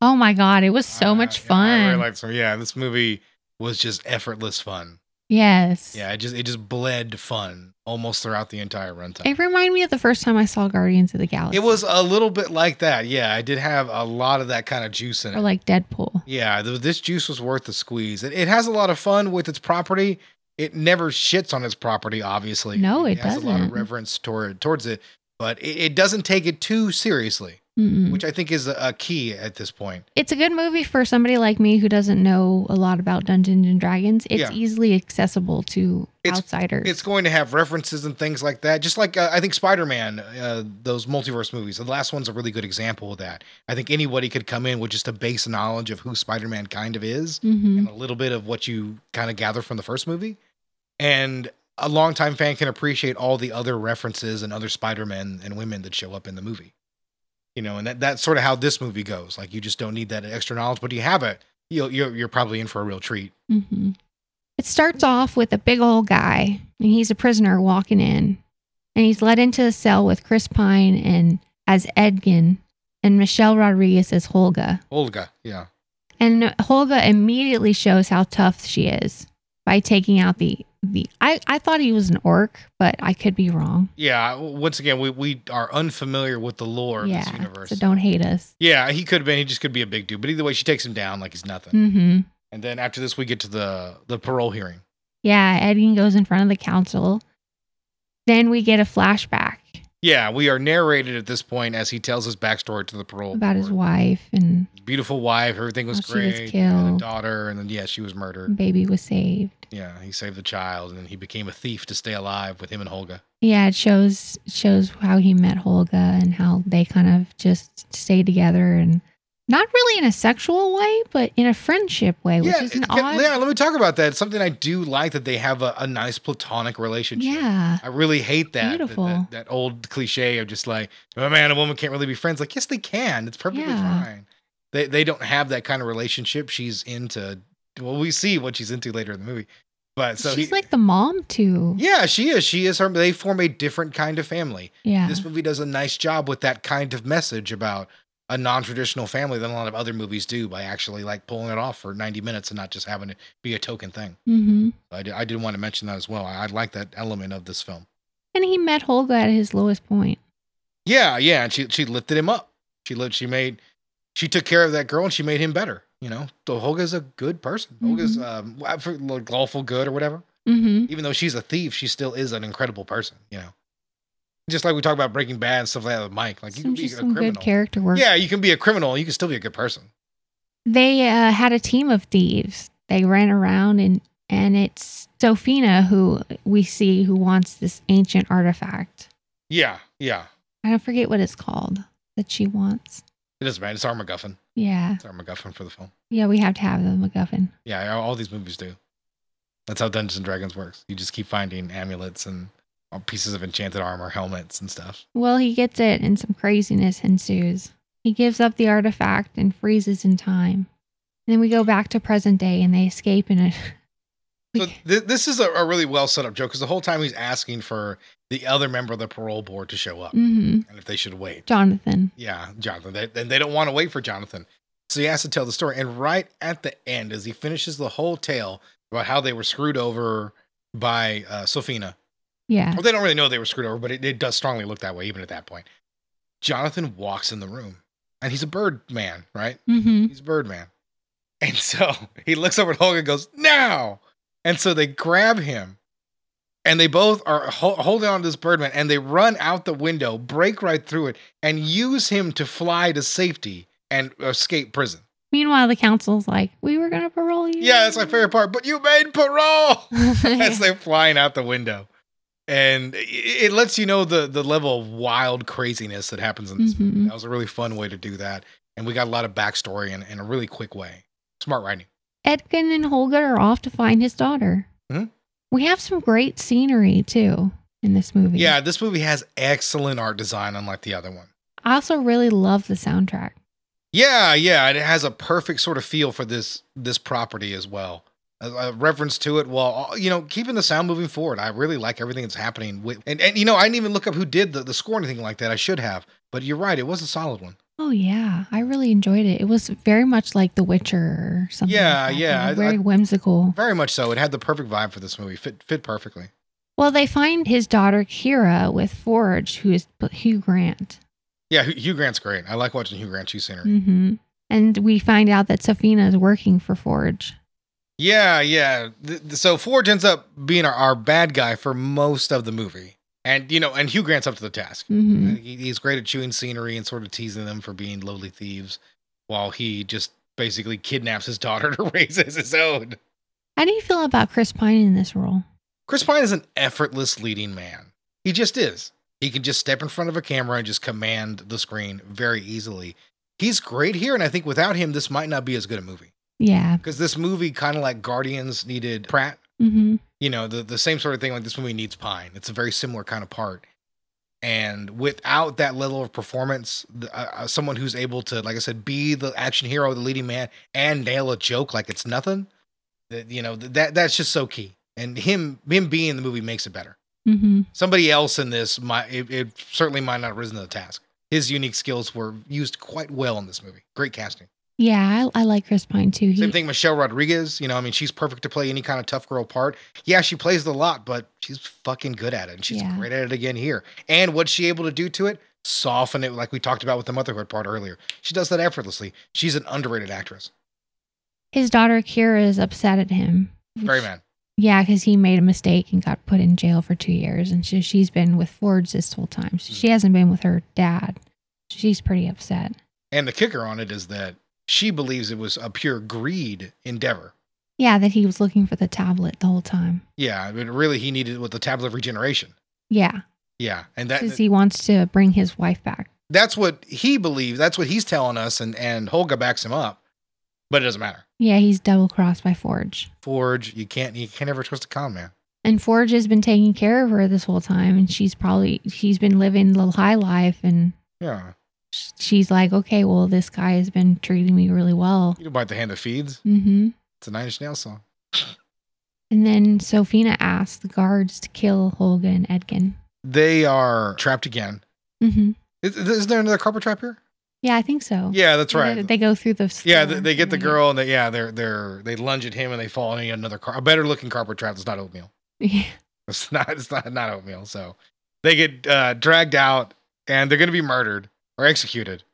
Oh my god, it was so much
Uh, yeah, I really
fun.
liked some- yeah, this movie was just effortless fun.
yes.
Yeah, it just it just bled fun almost throughout the entire runtime.
It reminded me of the first time I saw Guardians of the Galaxy.
It was a little bit like that. Yeah, I did have a lot of that kind of juice in it.
or like Deadpool.
yeah, th- this juice was worth the squeeze. It, it has a lot of fun with its property. It never shits on its property, obviously.
No, it
has a lot of
doesn't.
reverence toward towards it, but it, it doesn't take it too seriously,
Mm-mm.
which I think is a, a key at this point.
It's a good movie for somebody like me who doesn't know a lot about Dungeons and Dragons. It's
Yeah.
easily accessible to
It's-
outsiders.
It's going to have references and things like that, just like uh, I think Spider-Man, uh, those multiverse movies. The last one's a really good example of that. I think anybody could come in with just a base knowledge of who Spider-Man kind of is.
hmm
and a little bit of what you kind of gather from the first movie. And a longtime fan can appreciate all the other references and other Spider-Men and women that show up in the movie. You know, and that, that's sort of how this movie goes. Like you just don't need that extra knowledge, but you have it. You'll, you're, you're probably in for a real treat.
hmm It starts off with a big old guy, and he's a prisoner walking in, and he's led into a cell with Chris Pine and as Edgin, and Michelle Rodriguez as Holga.
Olga. Yeah.
And Holga immediately shows how tough she is by taking out the the. I I thought he was an orc, but I could be wrong.
Yeah. Once again, we, we are unfamiliar with the lore of this
yeah,
universe.
so don't hate us.
yeah. He could have been, he just could be a big dude, but either way, she takes him down like he's nothing.
hmm
And then after this, we get to the, the parole hearing.
Yeah, Edgin goes in front of the council. Then we get a flashback
Yeah, we are narrated at this point as he tells his backstory to the parole
about his
board.
wife and
beautiful wife. Everything was
How she was
great. He had a
killed.
daughter, and then yeah, she was murdered.
baby was saved.
Yeah, he saved the child, and then he became a thief to stay alive with him and Olga.
Yeah, it shows shows how he met Holga and how they kind of just stay together and not really in a sexual way, but in a friendship way, which
Yeah,
is an
it-
odd.
yeah. Let me talk about that. It's something I do like that they have a, a nice platonic relationship.
Yeah.
I really hate that, that,
Beautiful.
that that old cliche of just like, oh man, a woman can't really be friends. Like, yes, they can. It's perfectly
Yeah.
fine. They they don't have that kind of relationship. She's into well, we see what she's into later in the movie. But so
She's
he-
like the mom too.
yeah, she is. She is her. They form a different kind of family.
Yeah.
this movie does a nice job with that kind of message about a non-traditional family than a lot of other movies do by actually like pulling it off for 90 minutes and not just having it be a token thing
hmm
i did, I did want to mention that as well I, I like that element of this film
And he met Holga at his lowest point.
yeah yeah and she, she lifted him up she lived she made she took care of that girl and she made him better you know so holga's a good person holga's um wa- for, like, lawful good or whatever
hmm
even though she's a thief she still is an incredible person you know just like we talk about breaking bad and stuff like that with mike like you can
Some,
be a
just some
criminal
good character work.
Yeah, you can be a criminal. You can still be a good person.
They uh, had a team of thieves. They ran around and and it's Sophina who we see who wants this ancient artifact.
Yeah, yeah.
I don't forget what it's called that she wants.
It doesn't matter. It's our MacGuffin.
Yeah.
It's our MacGuffin for the film.
Yeah, we have to have the MacGuffin.
Yeah, all all these movies do. That's how Dungeons and Dragons works. You just keep finding amulets and uh, pieces of enchanted armor, helmets, and stuff.
Well, he gets it, and some craziness ensues. He gives up the artifact and freezes in time. then we go back to present day, and they escape in a.
So th- this is a, a really well set up joke because the whole time he's asking for the other member of the parole board to show up
hmm
and if they should wait.
Jonathan.
Yeah, Jonathan. They, and they don't want to wait for Jonathan. So he has to tell the story. And right at the end, as he finishes the whole tale about how they were screwed over by uh, Sophina,
Yeah.
well, they don't really know they were screwed over, but it, it does strongly look that way, even at that point. Jonathan walks in the room and he's a bird man, right?
hmm
He's a bird man. And so he looks over at Hulk and goes, Now! And so they grab him and they both are ho- holding on to this birdman and they run out the window, break right through it, and use him to fly to safety and escape prison.
Meanwhile, the council's like, "We were gonna parole you."
Yeah, that's my favorite part. But you made parole! as they're flying out the window. And i- it lets you know the the level of wild craziness that happens in this movie.
Mhm.
That was a really fun way to do that. And we got a lot of backstory in, in a really quick way. Smart writing.
Edgin and Holger are off to find his daughter.
Mhm.
We have some great scenery too in this movie.
Yeah, this movie has excellent art design, unlike the other one.
I also really love the soundtrack.
Yeah, yeah, and it has a perfect sort of feel for this this property as well. A, a reference to it, while you know, keeping the sound moving forward. I really like everything that's happening with, and and you know, I didn't even look up who did the, the score or anything like that. I should have, but you're right, it was a solid one.
Oh yeah, I really enjoyed it. It was very much like The Witcher or something.
Yeah,
like that,
yeah,
you know,
I-
very
I-
whimsical.
Very much so. It had the perfect vibe for this movie. Fit fit perfectly.
Well, they find his daughter Kira with Forge, who is Hugh Grant.
Yeah, Hugh- Hugh Grant's great. I like watching Hugh Grant shoot scenery.
hmm And we find out that Safina is working for Forge.
Yeah, yeah. Th- th- so Forge ends up being our, our bad guy for most of the movie, and you know, and Hugh Grant's up to the task.
hmm
He- he's great at chewing scenery and sort of teasing them for being lowly thieves, while he just basically kidnaps his daughter to raise as his own.
How do you feel about Chris Pine in this role?
Chris Pine is an effortless leading man. He just is. He can just step in front of a camera and just command the screen very easily. He's great here, and I think without him, this might not be as good a movie.
Yeah.
Because this movie, kind of like Guardians, needed Pratt
hmm
you know the, the same sort of thing like this movie needs pine it's a very similar kind of part and without that level of performance the, uh, uh, someone who's able to like i said be the action hero the leading man and nail a joke like it's nothing that you know th- that that's just so key and him him being in the movie makes it better
hmm
somebody else in this might it, it certainly might not have risen to the task his unique skills were used quite well in this movie great casting
Yeah, I, I like Chris Pine too. He,
same thing michelle rodriguez you know i mean she's perfect to play any kind of tough girl part yeah she plays the lot but she's fucking good at it and she's
Yeah.
great at it again here and what's she able to do to it soften it like we talked about with the motherhood part earlier she does that effortlessly she's an underrated actress
His daughter Kira is upset at him.
very mad
Yeah, because he made a mistake and got put in jail for two years, and so she's been with Forge this whole time. So
Mm.
she hasn't been with her dad. She's pretty upset.
and the kicker on it is that she believes it was a pure greed endeavor
Yeah, that he was looking for the tablet the whole time.
yeah I mean, really he needed with the tablet of regeneration
Yeah,
yeah and that
because he wants to bring his wife back.
that's what he believes that's what he's telling us and and holga backs him up but it doesn't matter
Yeah, he's double crossed by Forge,
forge you can't you can't ever trust a con man
and Forge has been taking care of her this whole time, and she's probably she's been living the high life, and
Yeah.
sh- she's like, okay, well, this guy has been treating me really well.
You don't bite the hand that feeds.
Mm-hmm.
It's a Nine Inch Nails song.
And then Sophina asks the guards to kill Holga and Edgin.
They are trapped again.
Mm-hmm.
Is, is there another carpet trap here?
Yeah, I think so.
Yeah, that's
They-
right.
They go through the.
yeah,
store
they, they get the
and
girl and they yeah they're they're they lunge at him and they fall into another car. A better looking carpet trap. It's not oatmeal.
Yeah.
It's not it's not not oatmeal. So they get uh, dragged out and they're gonna be murdered or executed.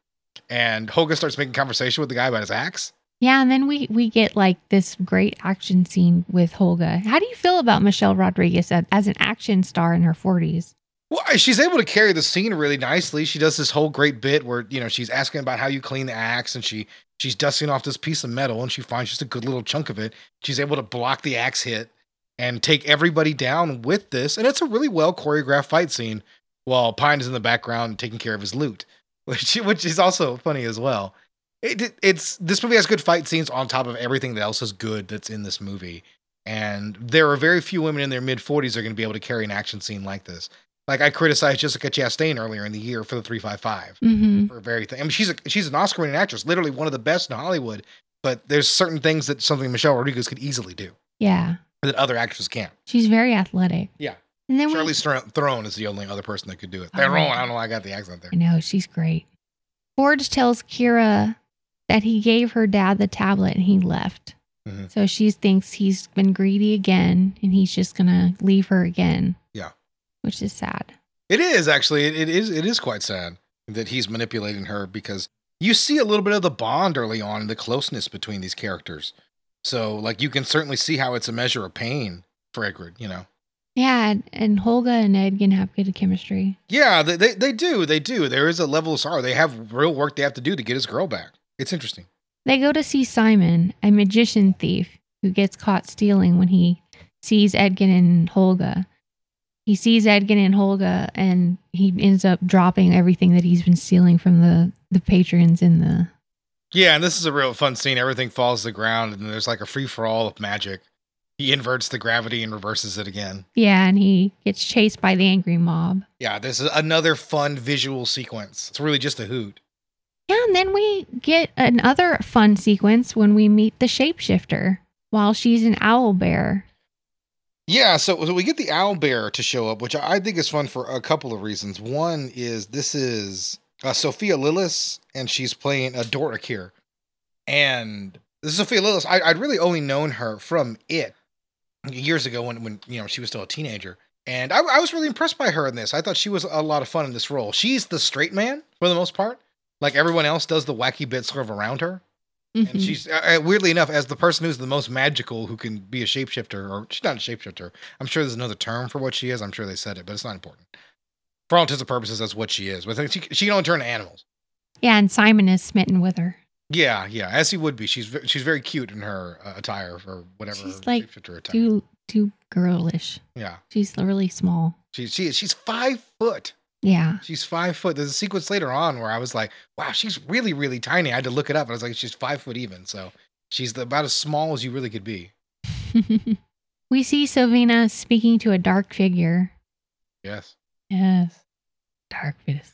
And Hoga starts making conversation with the guy about his axe.
Yeah, and then we we get like this great action scene with Holga. How do you feel about Michelle Rodriguez as, as an action star in her forties?
Well, she's able to carry the scene really nicely. She does this whole great bit where you know she's asking about how you clean the axe, and she she's dusting off this piece of metal, and she finds just a good little chunk of it. She's able to block the axe hit and take everybody down with this, and it's a really well choreographed fight scene. While Pine is in the background taking care of his loot, which which is also funny as well. It, it- it's this movie has good fight scenes on top of everything that else is good that's in this movie, and there are very few women in their mid forties are going to be able to carry an action scene like this. Like I criticized Jessica Chastain earlier in the year for the 355
Mm-hmm.
for very thing. I mean, she's a, she's an Oscar-winning actress, literally one of the best in Hollywood. But there's certain things that something Michelle Rodriguez could easily do
Yeah,
that other actresses can't.
she's very athletic.
Yeah.
and then
Charlize
we,
Thro- Theron is the only other person that could do it.
Oh.
Theron, I don't know. why I got the accent there.
I know she's great. Forge tells Kira that he gave her dad the tablet and he left.
Mhm.
So she thinks he's been greedy again and he's just gonna leave her again.
Yeah.
which is sad.
It is actually. It, it is. It is quite sad that he's manipulating her because you see a little bit of the bond early on and the closeness between these characters. So like you can certainly see how it's a measure of pain for Edward. You know.
Yeah, and, and Holga and Ed can have good chemistry.
Yeah, they, they they do. They do. There is a level of sorrow. They have real work they have to do to get his girl back. It's interesting.
They go to see Simon, a magician thief who gets caught stealing when he sees Edgin and Holga. He sees Edgin and Holga and he ends up dropping everything that he's been stealing from the, the patrons in the
Yeah, and this is a real fun scene. Everything falls to the ground, and there's like a free for all of magic. He inverts the gravity and reverses it again.
Yeah, and he gets chased by the angry mob.
Yeah, this is another fun visual sequence. It's really just a hoot.
Yeah, and then we get another fun sequence when we meet the shapeshifter while she's an owl bear.
Yeah, so, so we get the owl bear to show up, which I I think is fun for a couple of reasons. One is this is uh, Sophia Lillis, and she's playing a Doric here. And this is Sophia Lillis, I, I'd really only known her from it years ago when, when you know she was still a teenager. And I, I was really impressed by her in this. I thought she was a lot of fun in this role. She's the straight man for the most part. Like everyone else does the wacky bits sort of around her.
Mm-hmm.
And she's uh, uh, weirdly enough, as the person who's the most magical, who can be a shapeshifter, or she's not a shapeshifter. I'm sure there's another term for what she is. I'm sure they said it, but it's not important. For all intents and purposes, that's what she is. But I think she, she can only turn to animals.
Yeah, and Simon is smitten with her.
Yeah, yeah, as he would be. She's ve- she's very cute in her uh, attire or whatever.
She's
her
like
shapeshifter attire.
Too too girlish.
Yeah,
She's really small.
she she is- she's five foot.
Yeah.
She's five foot. There's a sequence later on where I was like, wow, she's really really tiny. I had to look it up, and I was like, she's five foot even. So she's about as small as you really could be.
we see Sylvina speaking to a dark figure.
Yes.
Yes. Darkness.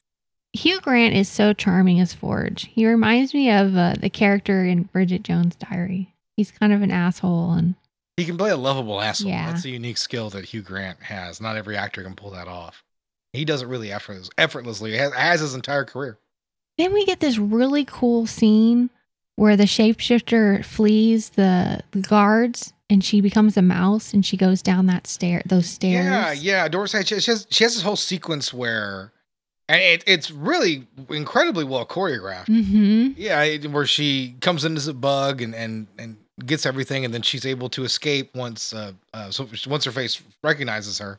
Hugh Grant is so charming as Forge. He reminds me of uh, the character in Bridget Jones' Diary. He's kind of an asshole and
He can play a lovable asshole.
Yeah.
That's a unique skill that Hugh Grant has. Not every actor can pull that off. He does it really effortless, effortlessly. He has, has his entire career.
Then we get this really cool scene where the shapeshifter flees the, the guards and she becomes a mouse and she goes down that stair those stairs.
Yeah, yeah. Doris Hay, she, she has she has this whole sequence where, and it, it's really incredibly well choreographed.
Mm-hmm.
Yeah, it- where she comes in as a bug and and and gets everything, and then she's able to escape once uh, uh so once her face recognizes her,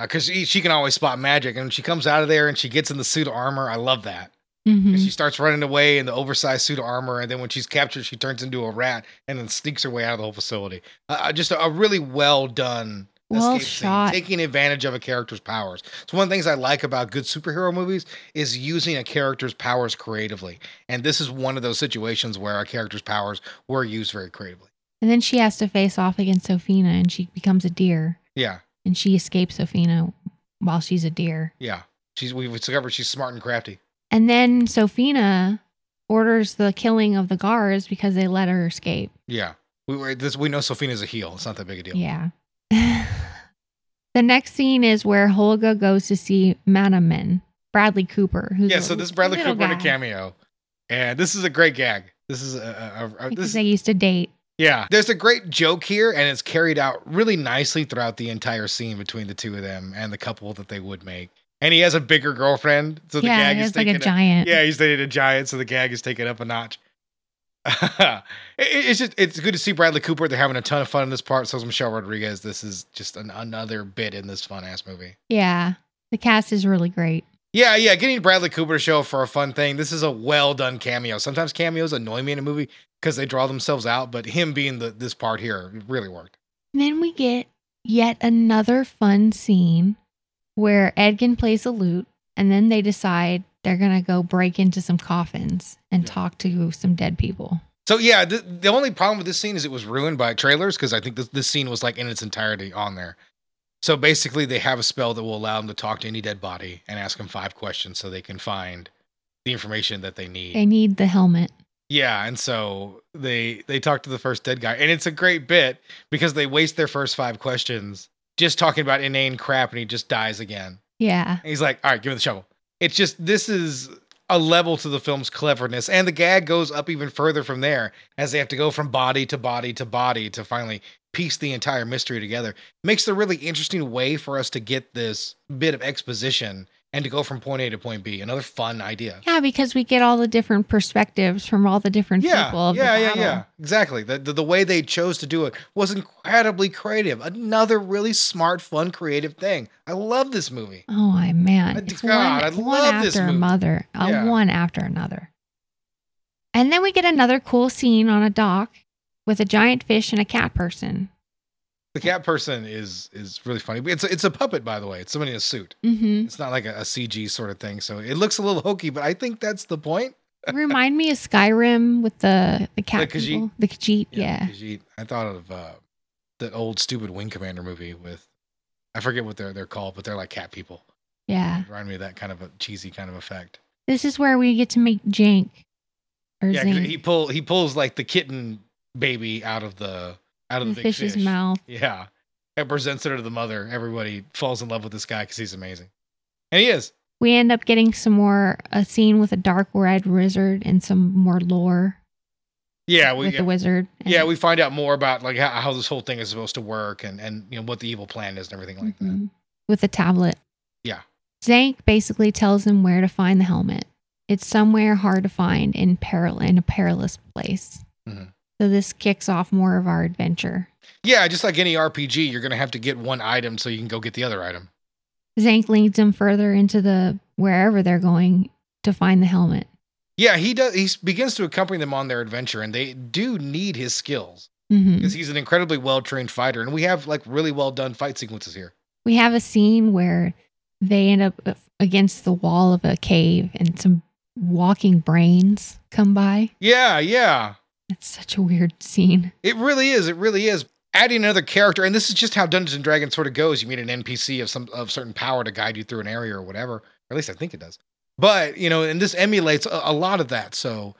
because she she can always spot magic, and she comes out of there and she gets in the suit of armor. I love that.
Mm-hmm.
And she starts running away in the oversized suit of armor, and then when she's captured, she turns into a rat and then sneaks her way out of the whole facility. Uh, Uh, just a, a really well done
Well
escape scene,
shot.
taking advantage of a character's powers. It's one of the things I like about good superhero movies is using a character's powers creatively, and this is one of those situations where a character's powers were used very creatively.
And then she has to face off against Sophina and she becomes a deer
Yeah,
and she escapes Sophina while she's a deer.
yeah. She's we've discovered she's smart and crafty.
And then Sophina orders the killing of the guards because they let her escape.
Yeah, we were this. We know Sofina's a heel. It's not that big a deal.
Yeah. the next scene is where Holga goes to see Manaman, Bradley Cooper. Who's
Yeah,
a
so this is Bradley
little
Cooper in a
guy.
cameo, and this is a great gag. This is a, a, a-
Because
this
they used to date.
yeah. There's a great joke here, and it's carried out really nicely throughout the entire scene between the two of them and the couple that they would make. And he has a bigger girlfriend, so the
yeah,
gag
he
is
was like a
taken up-
giant.
yeah, he's dated a giant, so the gag is taken up a notch. It- it- it's just it's good to see Bradley Cooper. They're having a ton of fun in this part. So is Michelle Rodriguez. This is just an, another bit in this fun ass movie.
Yeah. The cast is really great.
Yeah, yeah, getting Bradley Cooper to show up for a fun thing. This is a well done cameo. Sometimes cameos annoy me in a movie because they draw themselves out, but him being the this part here really worked.
And then we get yet another fun scene where Edgin plays a lute and then they decide they're going to go break into some coffins and talk to some dead people.
So yeah, the, the only problem with this scene is it was ruined by trailers because I think this this scene was like in its entirety on there. So basically, they have a spell that will allow them to talk to any dead body and ask them five questions so they can find the information that they need.
They need the helmet.
Yeah, and so they they talk to the first dead guy, and it's a great bit because they waste their first five questions just talking about inane crap, and he just dies again.
Yeah.
And he's like, "All right, give me the shovel." It's just this is a level to the film's cleverness, and the gag goes up even further from there as they have to go from body to body to body to finally piece the entire mystery together. Makes a really interesting way for us to get this bit of exposition and to go from point A to point B. Another fun idea.
Yeah, because we get all the different perspectives from all the different
yeah,
people. Of
yeah,
the
yeah,
battle.
yeah. Exactly. The, the the way they chose to do it was incredibly creative. Another really smart, fun, creative thing. I love this movie.
Oh my man!
Uh,
It's
God,
one,
I
one
love
after
this movie.
another, uh,
Yeah.
one after another. And then we get another cool scene on a dock with a giant fish and a cat person.
The cat person is is really funny. It's a, it's a puppet, by the way. It's somebody in a suit.
hmm
It's not like a, a CG sort of thing. So it looks a little hokey, but I think that's the point.
Remind me of Skyrim with the the cat
The Khajiit.
people, the Khajiit. Yeah,
Khajiit. I thought of uh, the old stupid Wing Commander movie with I forget what they're they're called, but they're like cat people.
yeah.
Remind me of that kind of a cheesy kind of effect.
This is where we get to make Jank or
Yeah, 'cause
Zane,
he pull he pulls like the kitten baby out of the out of the,
the
big
fish's
fish.
mouth.
Yeah, and presents her to the mother. Everybody falls in love with this guy because he's amazing, and he is.
we end up getting some more a scene with a dark red wizard and some more lore
Yeah, we
with the wizard. and-
yeah we find out more about like how, how this whole thing is supposed to work and and you know what the evil plan is and everything like that.
Mhm. With the tablet.
Yeah.
Zank basically tells him where to find the helmet. It's somewhere hard to find in peril in a perilous place.
Mhm.
So this kicks off more of our adventure.
Yeah, just like any RPG, you're gonna have to get one item so you can go get the other item.
Zank leads him further into the wherever they're going to find the helmet.
Yeah, he does. He s- begins to accompany them on their adventure, and they do need his skills
hmm
because he's an incredibly well trained fighter, and we have like really well done fight sequences here.
We have a scene where they end up uh, against the wall of a cave and some walking brains come by.
Yeah, yeah,
It's such a weird scene.
it really is. It really is. Adding another character, and this is just how Dungeons and Dragons sort of goes. You meet an NPC of some of certain power to guide you through an area or whatever. Or at least I think it does. But you know, and this emulates a, a lot of that. So,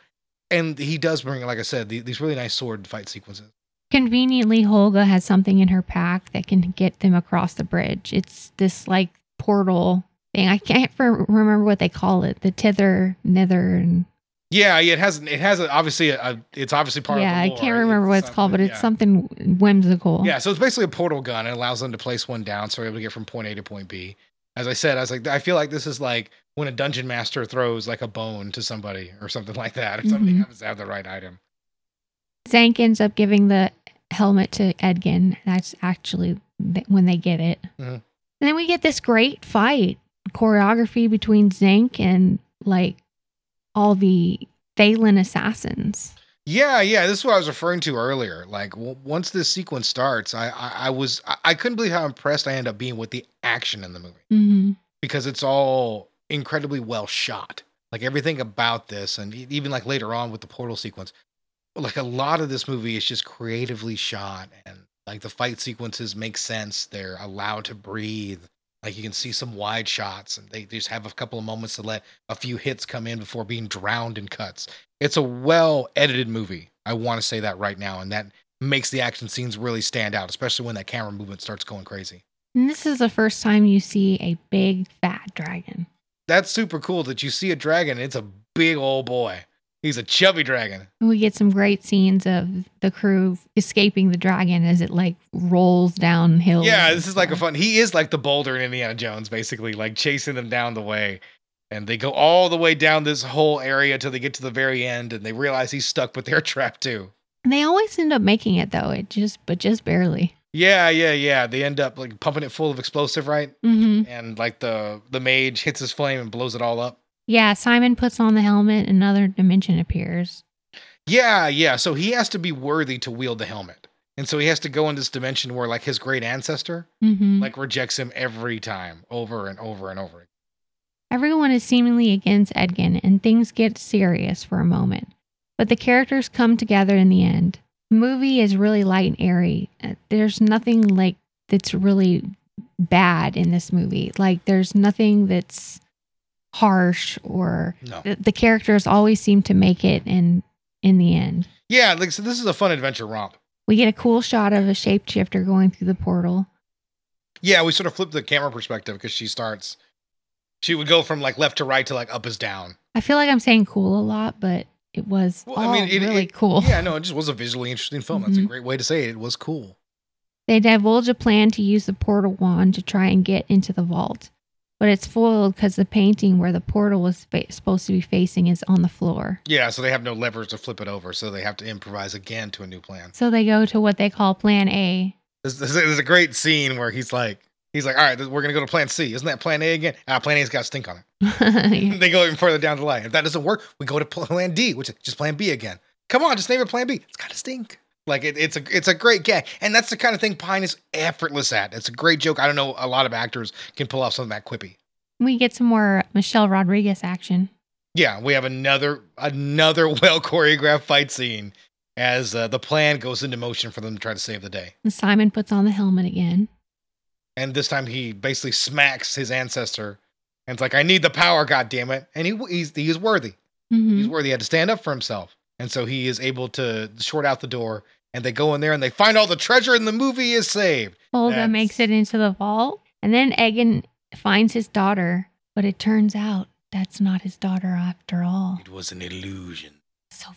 and he does bring, like I said, the, these really nice sword fight sequences.
Conveniently, Holga has something in her pack that can get them across the bridge. It's this like portal thing. I can't for- remember what they call it. The tither, nether, and
Yeah, yeah, it has it has a, obviously a, a- it's obviously part
yeah,
of the
I
lore.
can't remember what it's called, but it's
yeah.
something whimsical.
Yeah, so it's basically a portal gun. It allows them to place one down, so we're able to get from point A to point B. As I said, I was like, I feel like this is like when a dungeon master throws like a bone to somebody or something like that, if somebody
Mhm.
happens to have the right item.
Zank ends up giving the helmet to Edgin. That's actually th- when they get it.
Mhm.
And then we get this great fight choreography between Zank and like all the Thalen assassins.
Yeah, yeah, this is what I was referring to earlier. Like w- once this sequence starts, I I, I was I, I couldn't believe how impressed I ended up being with the action in the movie
Mm-hmm.
because it's all incredibly well shot. Like everything about this, and e- even like later on with the portal sequence, like a lot of this movie is just creatively shot, and like the fight sequences make sense. They're allowed to breathe. Like you can see some wide shots, and they just have a couple of moments to let a few hits come in before being drowned in cuts. It's a well edited movie. I want to say that right now, and that makes the action scenes really stand out, especially when that camera movement starts going crazy.
And this is the first time you see a big fat dragon.
that's super cool that you see a dragon. It's a big old boy. He's a chubby dragon.
And we get some great scenes of the crew escaping the dragon as it like rolls downhill.
Yeah, this is like a fun. He is like the boulder in Indiana Jones, basically, like chasing them down the way. And they go all the way down this whole area till they get to the very end and they realize he's stuck, but they're trapped too.
And they always end up making it though. It just, but just barely.
Yeah, yeah, yeah. They end up like pumping it full of explosive, right?
Mm-hmm.
And like the the mage hits his flame and blows it all up.
Yeah, Simon puts on the helmet, another dimension appears.
Yeah, yeah. So he has to be worthy to wield the helmet. And so he has to go in this dimension where like his great ancestor
hmm
like rejects him every time over and over and over
Everyone is seemingly against Edgin, and things get serious for a moment. But the characters come together in the end. The movie is really light and airy. Uh, There's nothing like that's really bad in this movie. Like there's nothing that's harsh or
no
the, the characters always seem to make it in in the end.
yeah like so this is a fun adventure romp
We get a cool shot of a shapeshifter going through the portal.
yeah we sort of flip the camera perspective because she starts she would go from like left to right to like up is down
I feel like I'm saying cool a lot, but it was
Well, I
all
mean, it-
Oh, really cool.
yeah no it just was a visually interesting film that's a
Mhm.
great way to say it it was cool
They divulge a plan to use the portal wand to try and get into the vault, but it's foiled because the painting where the portal was fa- supposed to be facing is on the floor.
yeah so they have no levers to flip it over so they have to improvise again to a new plan
So they go to what they call Plan A.
there's, there's, a- there's a great scene where he's like he's like all right th- we're gonna go to plan c isn't that plan a again ah plan a's got stink on it
Yeah.
they go even further down the line if that doesn't work we go to plan d which is just plan b again come on just name it plan b it's gotta stink like it, it's a it's a great gag and that's the kind of thing pine is effortless at it's a great joke i don't know a lot of actors can pull off something that quippy
we get some more Michelle Rodriguez action.
yeah we have another another well choreographed fight scene as uh, the plan goes into motion for them to try to save the day
And Simon puts on the helmet again.
and this time he basically smacks his ancestor and it's like i need the power god damn it and he he's, he is worthy
Mhm.
He's worthy. He had to stand up for himself. And so he is able to short out the door. And they go in there and they find all the treasure, and the movie is saved.
Olga
That's-
makes it into the vault, and then Egan finds his daughter, But it turns out that's not his daughter after all.
It was an illusion.
Sophina.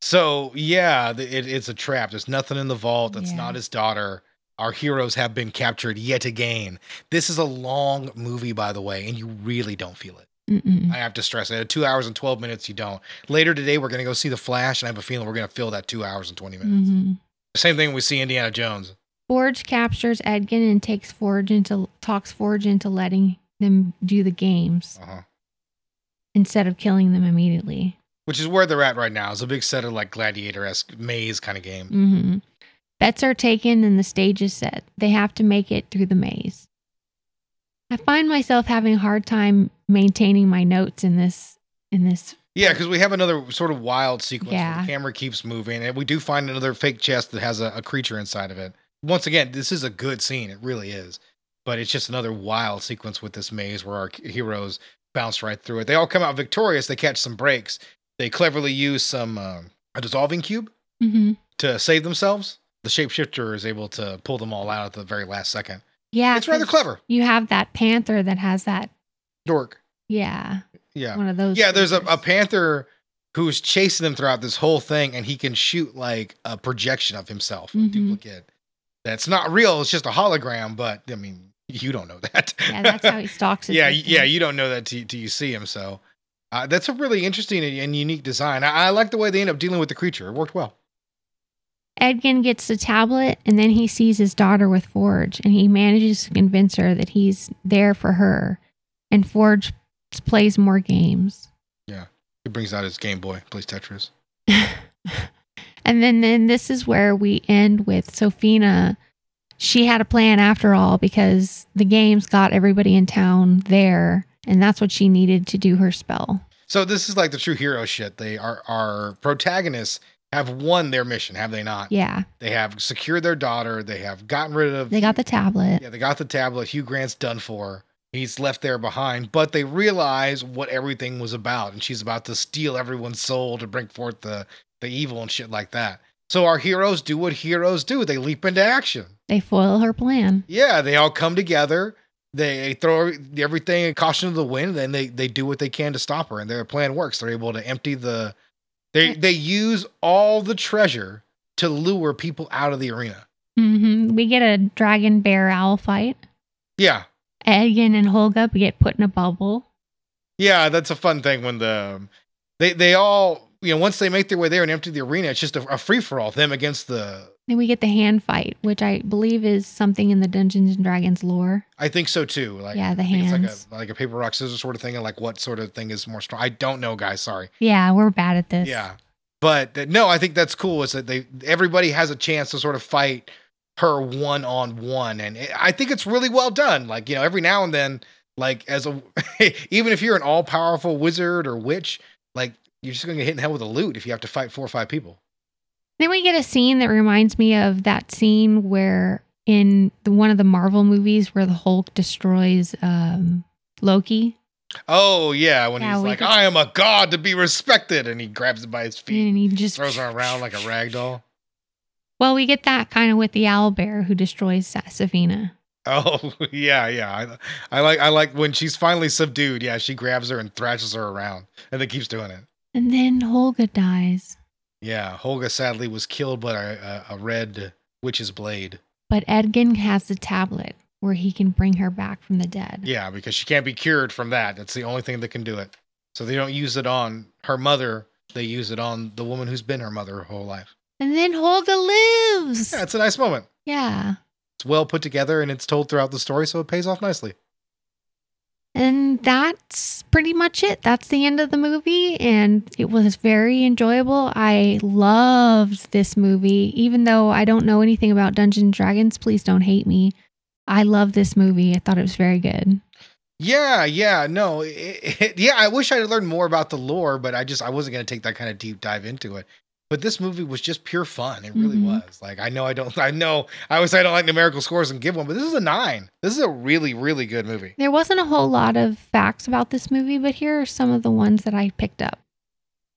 So yeah, th- it, it's a trap. There's nothing in the vault. That's
Yeah.
not his daughter. Our heroes have been captured yet again. This is a long movie, by the way, and you really don't feel it.
Mm-mm.
I have to stress it. At two hours and twelve minutes, you don't. Later today, we're gonna go see the Flash, and I have a feeling we're gonna fill that two hours and twenty minutes.
Mm-hmm.
Same thing when we see Indiana Jones.
Forge captures Edgin and takes Forge into talks Forge into letting them do the games
Uh-huh.
instead of killing them immediately.
Which is where they're at right now. It's a big set of like gladiator esque maze kind of game.
hmm Bets are taken and the stage is set. They have to make it through the maze. I find myself having a hard time maintaining my notes in this in this
Yeah, because we have another sort of wild sequence where
Yeah.
the camera keeps moving, and we do find another fake chest that has a, a creature inside of it. Once again, this is a good scene. It really is. But it's just another wild sequence with this maze where our heroes bounce right through it. They all come out victorious. They catch some breaks. They cleverly use some um, a dissolving cube
Mhm.
to save themselves. The shapeshifter is able to pull them all out at the very last second.
Yeah.
It's rather
'cause
clever.
You have that panther that has that
Dork.
yeah,
Yeah.
one of those
Yeah, there's a, a
creatures.
panther who's chasing them throughout this whole thing, and he can shoot like a projection of himself, a
Mhm.
duplicate. That's not real. It's just a hologram. But I mean, you don't know that.
Yeah, that's how he stalks his
yeah, y-
victim.
yeah, you don't know that till till you see him. So uh, that's a really interesting and- and unique design. I, I like the way they end up dealing with the creature. It worked well.
Edgin gets the tablet and then he sees his daughter with Forge and he manages to convince her that he's there for her. And Forge plays more games.
He brings out his Game Boy, plays Tetris.
And then, then this is where we end with Sophina. She had a plan after all because the games got everybody in town there, and that's what she needed to do her spell.
So this is like the true hero shit. They are our protagonists have won their mission, have they not?
Yeah,
They have secured their daughter. They have gotten rid of
they got the tablet.
Yeah, they got the tablet. Hugh Grant's done for. He's left there behind, but they realize what everything was about, and she's about to steal everyone's soul to bring forth the the evil and shit like that. So our heroes do what heroes do. They leap into action.
They foil her plan.
Yeah, they all come together. They throw everything in caution to the wind, then they they do what they can to stop her, and their plan works. They're able to empty the they they use all the treasure to lure people out of the arena.
hmm We get a dragon bear owl fight.
Yeah,
Edgin and Holga get put in a bubble.
Yeah, that's a fun thing when the um, they they all you know once they make their way there and empty the arena, it's just a, a free for all them against the.
Then we get the hand fight, which I believe is something in the Dungeons and Dragons lore.
I think so too. Like
Yeah, the
I think
hands.
It's like a like a paper rock scissors sort of thing, and like what sort of thing is more strong? I don't know, guys. Sorry.
Yeah, we're bad at this.
Yeah, but th- no, I think that's cool. Is that they everybody has a chance to sort of fight her one on one, and it, I think it's really well done. Like you know, every now and then, like as a even if you're an all powerful wizard or witch, like you're just gonna get hit in the head with a loot if you have to fight four or five people.
Then we get a scene that reminds me of that scene where in the, one of the Marvel movies where the Hulk destroys um, Loki
Oh yeah, when
Yeah,
he's
we
like,
could-
"I am a god to be respected," and he grabs it by his feet,
and he just
throws her around like a rag doll.
Well, we get that kind of with the owl bear who destroys Sa- Safina.
Oh yeah, yeah. I, I like I like when she's finally subdued. Yeah, she grabs her and thrashes her around, and then keeps doing it.
And then Holga dies,
Yeah, Holga sadly was killed by a, a, a red witch's blade.
but Edgin has the tablet where he can bring her back from the dead.
Yeah, because she can't be cured from that. That's the only thing that can do it. So they don't use it on her mother. They use it on the woman who's been her mother her whole life.
And then Holga lives.
Yeah, it's a nice moment.
yeah.
It's well put together and it's told throughout the story, so it pays off nicely.
And that's pretty much it. That's the end of the movie. And it was very enjoyable. I loved this movie. Even though I don't know anything about Dungeons and Dragons, please don't hate me. I love this movie. I thought it was very good.
Yeah, yeah, no, it, it- yeah. I wish I had learned more about the lore, but I just I wasn't gonna take that kind of deep dive into it. But this movie was just pure fun. It really
Mhm.
was. Like I know I don't I know I always say I don't like numerical scores and give one, but this is a nine. This is a really really good movie.
There wasn't a whole lot of facts about this movie, but here are some of the ones that I picked up.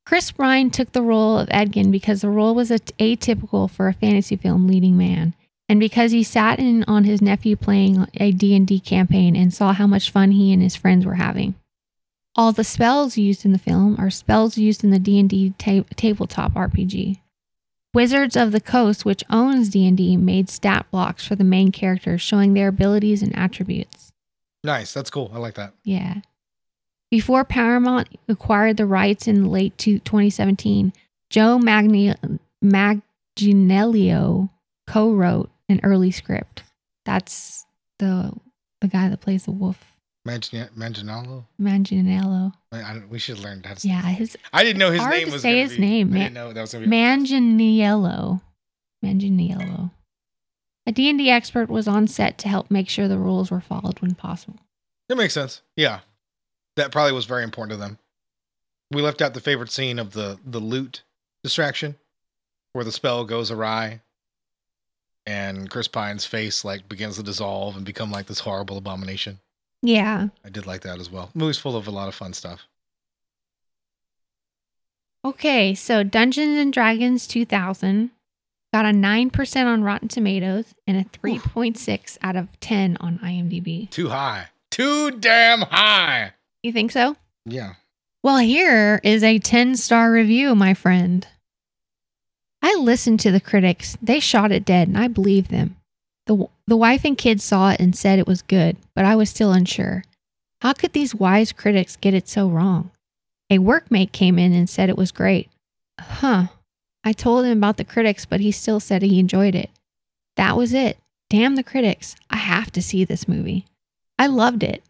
Chris Bryan took the role of Edgin because the role was at- atypical for a fantasy film leading man. and because he sat in on his nephew playing a D&D campaign and saw how much fun he and his friends were having. All the spells used in the film are spells used in the D&D ta- tabletop RPG. Wizards of the Coast, which owns D&D, made stat blocks for the main characters showing their abilities and attributes.
Nice. That's cool. I like that.
Yeah. Before Paramount acquired the rights in late two- 2017, Joe Magne- Manganiello co-wrote an early script. That's the the guy that plays the wolf,
Mangin- Manganiello.
Manganiello.
I- I don't- we should learn how to. say-
Yeah, his
I didn't know his
Hard
name
to
was.
say
gonna
his
be-
name,
I
man.
didn't know that was gonna be.
Manganiello. Manganiello. A D&D expert was on set to help make sure the rules were followed when possible.
That makes sense. Yeah, that probably was very important to them. We left out the favorite scene of the the loot distraction, where the spell goes awry, and Chris Pine's face like begins to dissolve and become like this horrible abomination.
Yeah.
I did like that as well. Movie's full of a lot of fun stuff.
Okay, so Dungeons and Dragons 2000 got a 9% on Rotten Tomatoes and a 3.6 out of 10 on IMDb.
Too high. Too damn high.
You think so?
Yeah.
Well, here is a 10 star review, my friend. I listened to the critics. They shot it dead, and I believe them. The, the wife and kids saw it and said it was good, but I was still unsure. How could these wise critics get it so wrong? A workmate came in and said it was great. Huh. I told him about the critics, but he still said he enjoyed it. That was it. Damn the critics. I have to see this movie. I loved it.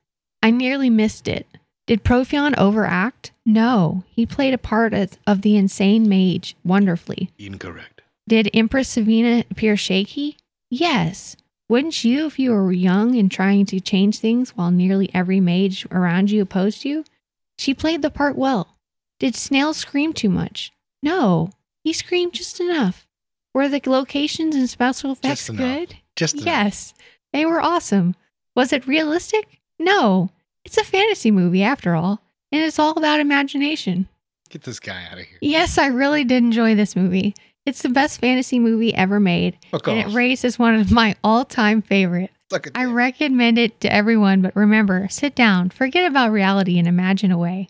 I nearly missed it. Did Profion overact? No, he played a part of- of the insane mage wonderfully.
Incorrect.
Did Empress Savina appear shaky? Yes. Wouldn't you if you were young and trying to change things while nearly every mage around you opposed you? She played the part well. Did Snail scream too much? No, he screamed just enough. Were the locations and special effects
Just enough.
good?
Just enough.
Yes, they were awesome. Was it realistic? No, it's a fantasy movie after all, and it's all about imagination.
Get this guy out of here.
Yes, I really did enjoy this movie. It's the best fantasy movie ever made,
Fuck
and
off.
it raised as one of my all time favorite.
Suck it.
I recommend it to everyone, but remember, sit down, forget about reality, and imagine away.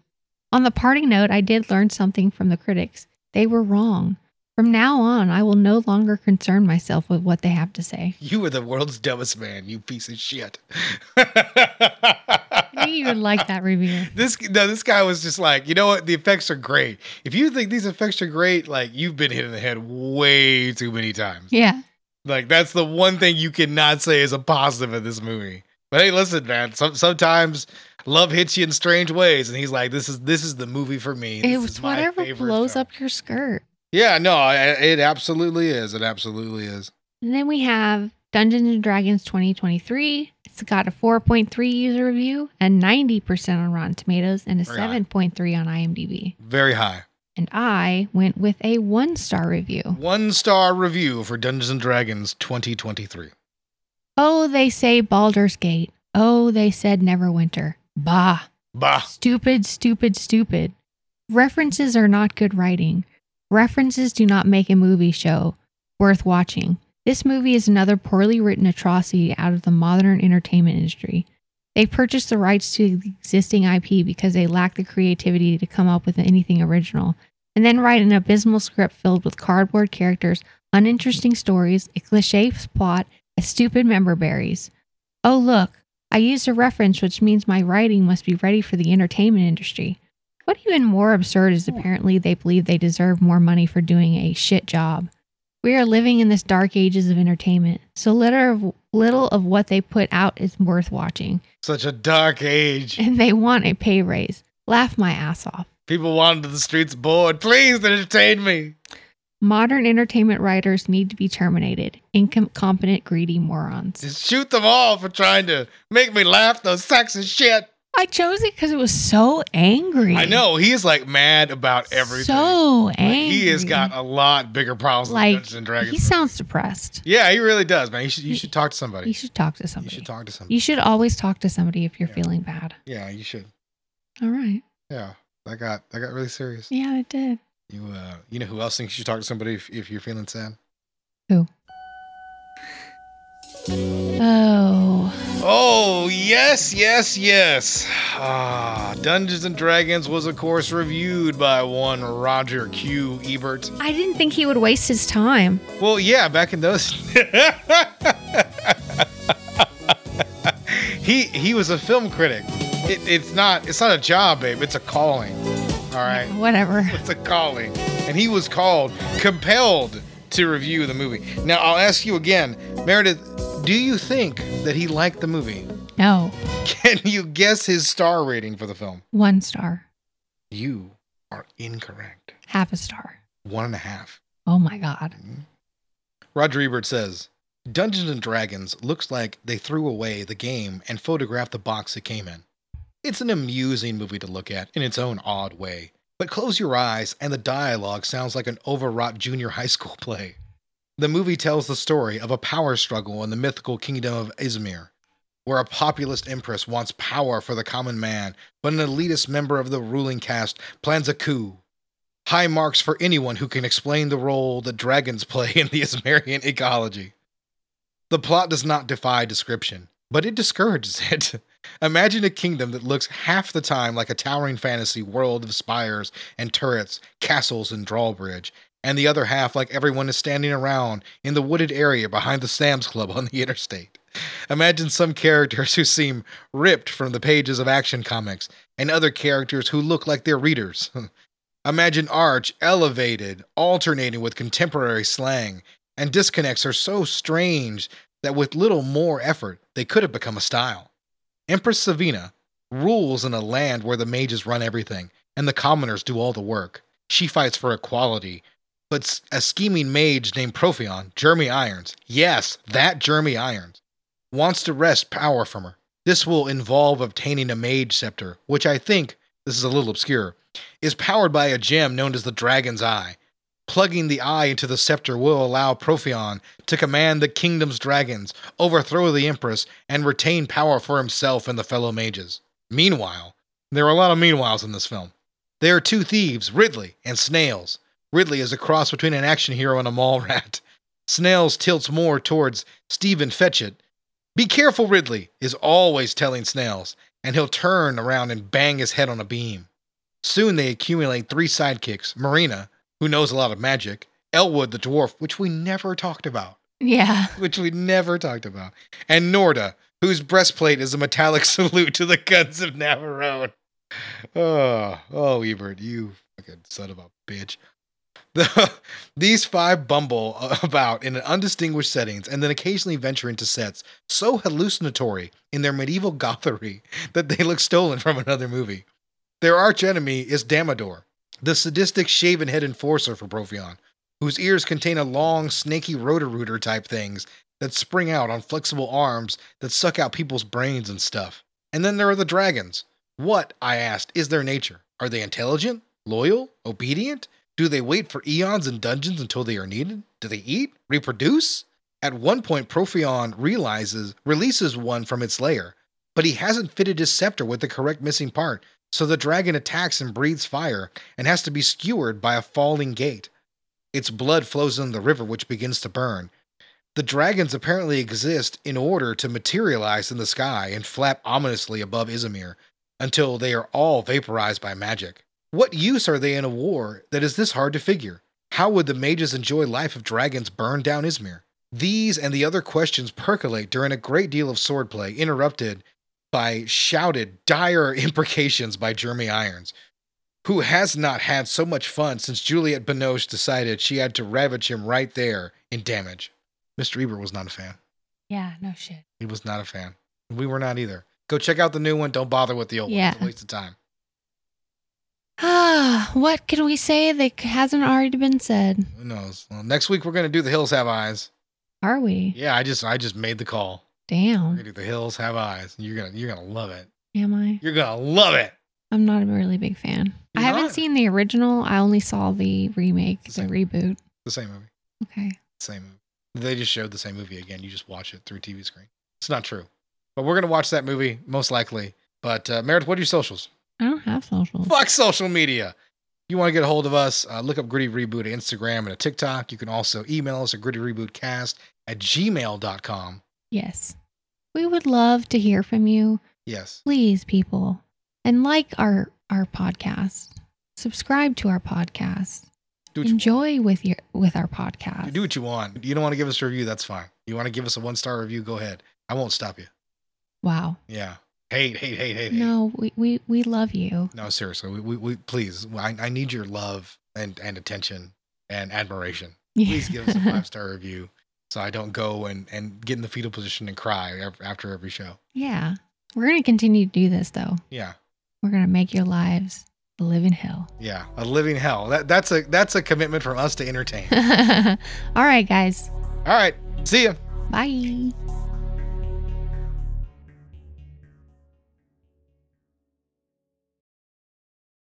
On the parting note, I did learn something from the critics. They were wrong. From now on, I will no longer concern myself with what they have to say.
you were the world's dumbest man, you piece of shit.
I knew you would like that review.
This no, this guy was just like, you know what? The effects are great. If you think these effects are great, like you've been hit in the head way too many times.
Yeah.
Like that's the one thing you cannot say is a positive in this movie. But hey, listen, man. Some, sometimes love hits you in strange ways, and he's like, "This is this is the movie for me." This
it
is
was
my
whatever
favorite
blows
film."
up your skirt.
Yeah, no, I- it absolutely is. It absolutely is.
And then we have Dungeons and Dragons 2023. It's got a 4.3 user review and 90% on Rotten Tomatoes and a
Very high.
7.3 on IMDb.
Very high.
And I went with a one star review.
One star review for Dungeons and Dragons 2023.
Oh, they say Baldur's Gate. Oh, they said Neverwinter. Bah.
Bah.
Stupid, stupid, stupid. References are not good writing. References do not make a movie show worth watching. This movie is another poorly written atrocity out of the modern entertainment industry. They purchased the rights to the existing IP because they lack the creativity to come up with anything original, and then write an abysmal script filled with cardboard characters, uninteresting stories, a cliche plot, and stupid member berries. Oh, look, I used a reference, which means my writing must be ready for the entertainment industry. What even more absurd is
Hmm.
apparently they believe they deserve more money for doing a shit job. We are living in this dark ages of entertainment, so little of, little of what they put out is worth watching,
Such a dark age.
and they want a pay raise. Laugh my ass off.
People wander the streets bored. Please entertain me.
Modern entertainment writers need to be terminated. Incompetent, greedy morons.
Just shoot them all for trying to make me laugh. Those sacks of shit.
I chose it because it was so angry.
I know he is like mad about everything.
So
Like,
angry.
he has got a lot bigger problems than
like
Dungeons and Dragons.
he sounds depressed.
yeah, he really does, man. You should you
He-
should talk to somebody.
You should talk to
You
somebody.
should talk to somebody.
You should always talk to somebody if you're
Yeah.
feeling bad.
yeah, you should.
All right.
Yeah, that got that got really serious.
Yeah, it did.
You uh, you know who else thinks you should talk to somebody if, if you're feeling sad?
Who? Oh,
Oh, yes, yes, yes. Ah, Dungeons and Dragons was, of course, reviewed by one Roger Q. Ebert.
I didn't think he would waste his time.
Well, yeah, back in those. he he was a film critic. It, it's not it's not a job, babe. It's a calling. All right,
Whatever.
it's a calling, and he was called, compelled to review the movie. Now I'll ask you again, Meredith. Do you think that he liked the movie?
No,
Can you guess his star rating for the film?
one star,
You are incorrect.
half a star.
One and a half.
Oh my god.
Roger Ebert says Dungeons and Dragons looks like they threw away the game and photographed the box it came in. It's an amusing movie to look at in its own odd way, but close your eyes and the dialogue sounds like an overwrought junior high school play. The movie tells the story of a power struggle in the mythical kingdom of Izmir, where a populist empress wants power for the common man, but an elitist member of the ruling caste plans a coup High marks for anyone who can explain the role the dragons play in the Ismarian ecology. The plot does not defy description, but it discourages it. Imagine a kingdom that looks half the time like a towering fantasy world of spires and turrets, castles and drawbridge, and the other half like everyone is standing around in the wooded area behind the Sam's Club on the interstate. Imagine some characters who seem ripped from the pages of action comics, and other characters who look like their readers. Imagine Arch elevated, alternating with contemporary slang, and disconnects are so strange that with little more effort, they could have become a style. Empress Savina rules in a land where the mages run everything and the commoners do all the work. She fights for equality, but s- a scheming mage named Profion, Jeremy Irons, yes, that Jeremy Irons, wants to wrest power from her. This will involve obtaining a mage scepter, which I think, this is a little obscure, is powered by a gem known as the Dragon's Eye. Plugging the eye into the scepter will allow Profion to command the kingdom's dragons, overthrow the Empress, and retain power for himself and the fellow mages. Meanwhile, there are a lot of meanwhiles in this film. There are two thieves, Ridley and Snails. Ridley is a cross between an action hero and a mall rat. Snails tilts more towards Stephen Fetchit, be careful, Ridley, is always telling Snails, and he'll turn around and bang his head on a beam. Soon they accumulate three sidekicks Marina, who knows a lot of magic, Elwood the dwarf, which we never talked about,
Yeah.
which we never talked about, and Norda, whose breastplate is a metallic salute to the guns of Navarone. Oh, oh, Ebert, you fucking son of a bitch. The, these five bumble about in undistinguished settings and then occasionally venture into sets so hallucinatory in their medieval gothery that they look stolen from another movie. Their archenemy is Damador, the sadistic shaven head enforcer for Profion, whose ears contain a long, snaky rotor type things that spring out on flexible arms that suck out people's brains and stuff. And then there are the dragons. What, I asked, is their nature? Are they intelligent, loyal, obedient? Do they wait for eons in dungeons until they are needed? Do they eat? Reproduce? At one point, Profion realizes releases one from its lair, but he hasn't fitted his scepter with the correct missing part, so the dragon attacks and breathes fire and has to be skewered by a falling gate. Its blood flows in the river, which begins to burn. The dragons apparently exist in order to materialize in the sky and flap ominously above Izmir until they are all vaporized by magic. What use are they in a war that is this hard to figure? How would the mages enjoy life if dragons burned down Izmir? These and the other questions percolate during a great deal of swordplay, interrupted by shouted, dire imprecations by Jeremy Irons, who has not had so much fun since Juliette Binoche decided she had to ravage him right there in damage. Mr. Ebert was not a fan.
Yeah, no shit.
He was not a fan. We were not either. Go check out the new one. Don't bother with the old one. It's a
Yeah.
waste of time.
Ah, what can we say that hasn't already been said?
Who knows? Well, next week we're gonna do The Hills Have Eyes.
Are we?
Yeah, I just I just made the call. We're
Damn.
gonna do The Hills Have Eyes. You're gonna you're gonna love it.
Am I?
You're gonna love it.
I'm not a really big fan. I
You're
haven't
not?
seen the original. I only saw the remake, the
Same.
reboot.
The same movie.
Okay.
Same movie. They just showed the same movie again. You just watch it through TV screen. It's not true. But we're gonna watch that movie most likely. But uh, Meredith, what are your socials?
I don't have socials.
Fuck social media. You want to get a hold of us, uh, look up Gritty Reboot at Instagram and a TikTok. You can also email us at grittyrebootcast at gmail.com.
Yes. We would love to hear from you.
Yes.
Please, people, and like our our podcast. Subscribe to our podcast.
Do what, you,
Enjoy with your with our podcast.
do what you want. You don't want to give us a review, that's fine. You want to give us a one star review, go ahead. I won't stop you.
Wow.
Yeah. Hate, hate, hate, hate, hate.
No, we, we, we love you.
No, seriously. We, we, we please. I, I need your love and, and attention and admiration. Please give us a five star review so I don't go and, and get in the fetal position and cry af- after every show.
yeah. We're gonna continue to do this though.
Yeah.
We're gonna make your lives a living hell.
Yeah. A living hell. That, that's a that's a commitment from us to entertain.
All right, guys.
All right. See ya.
Bye.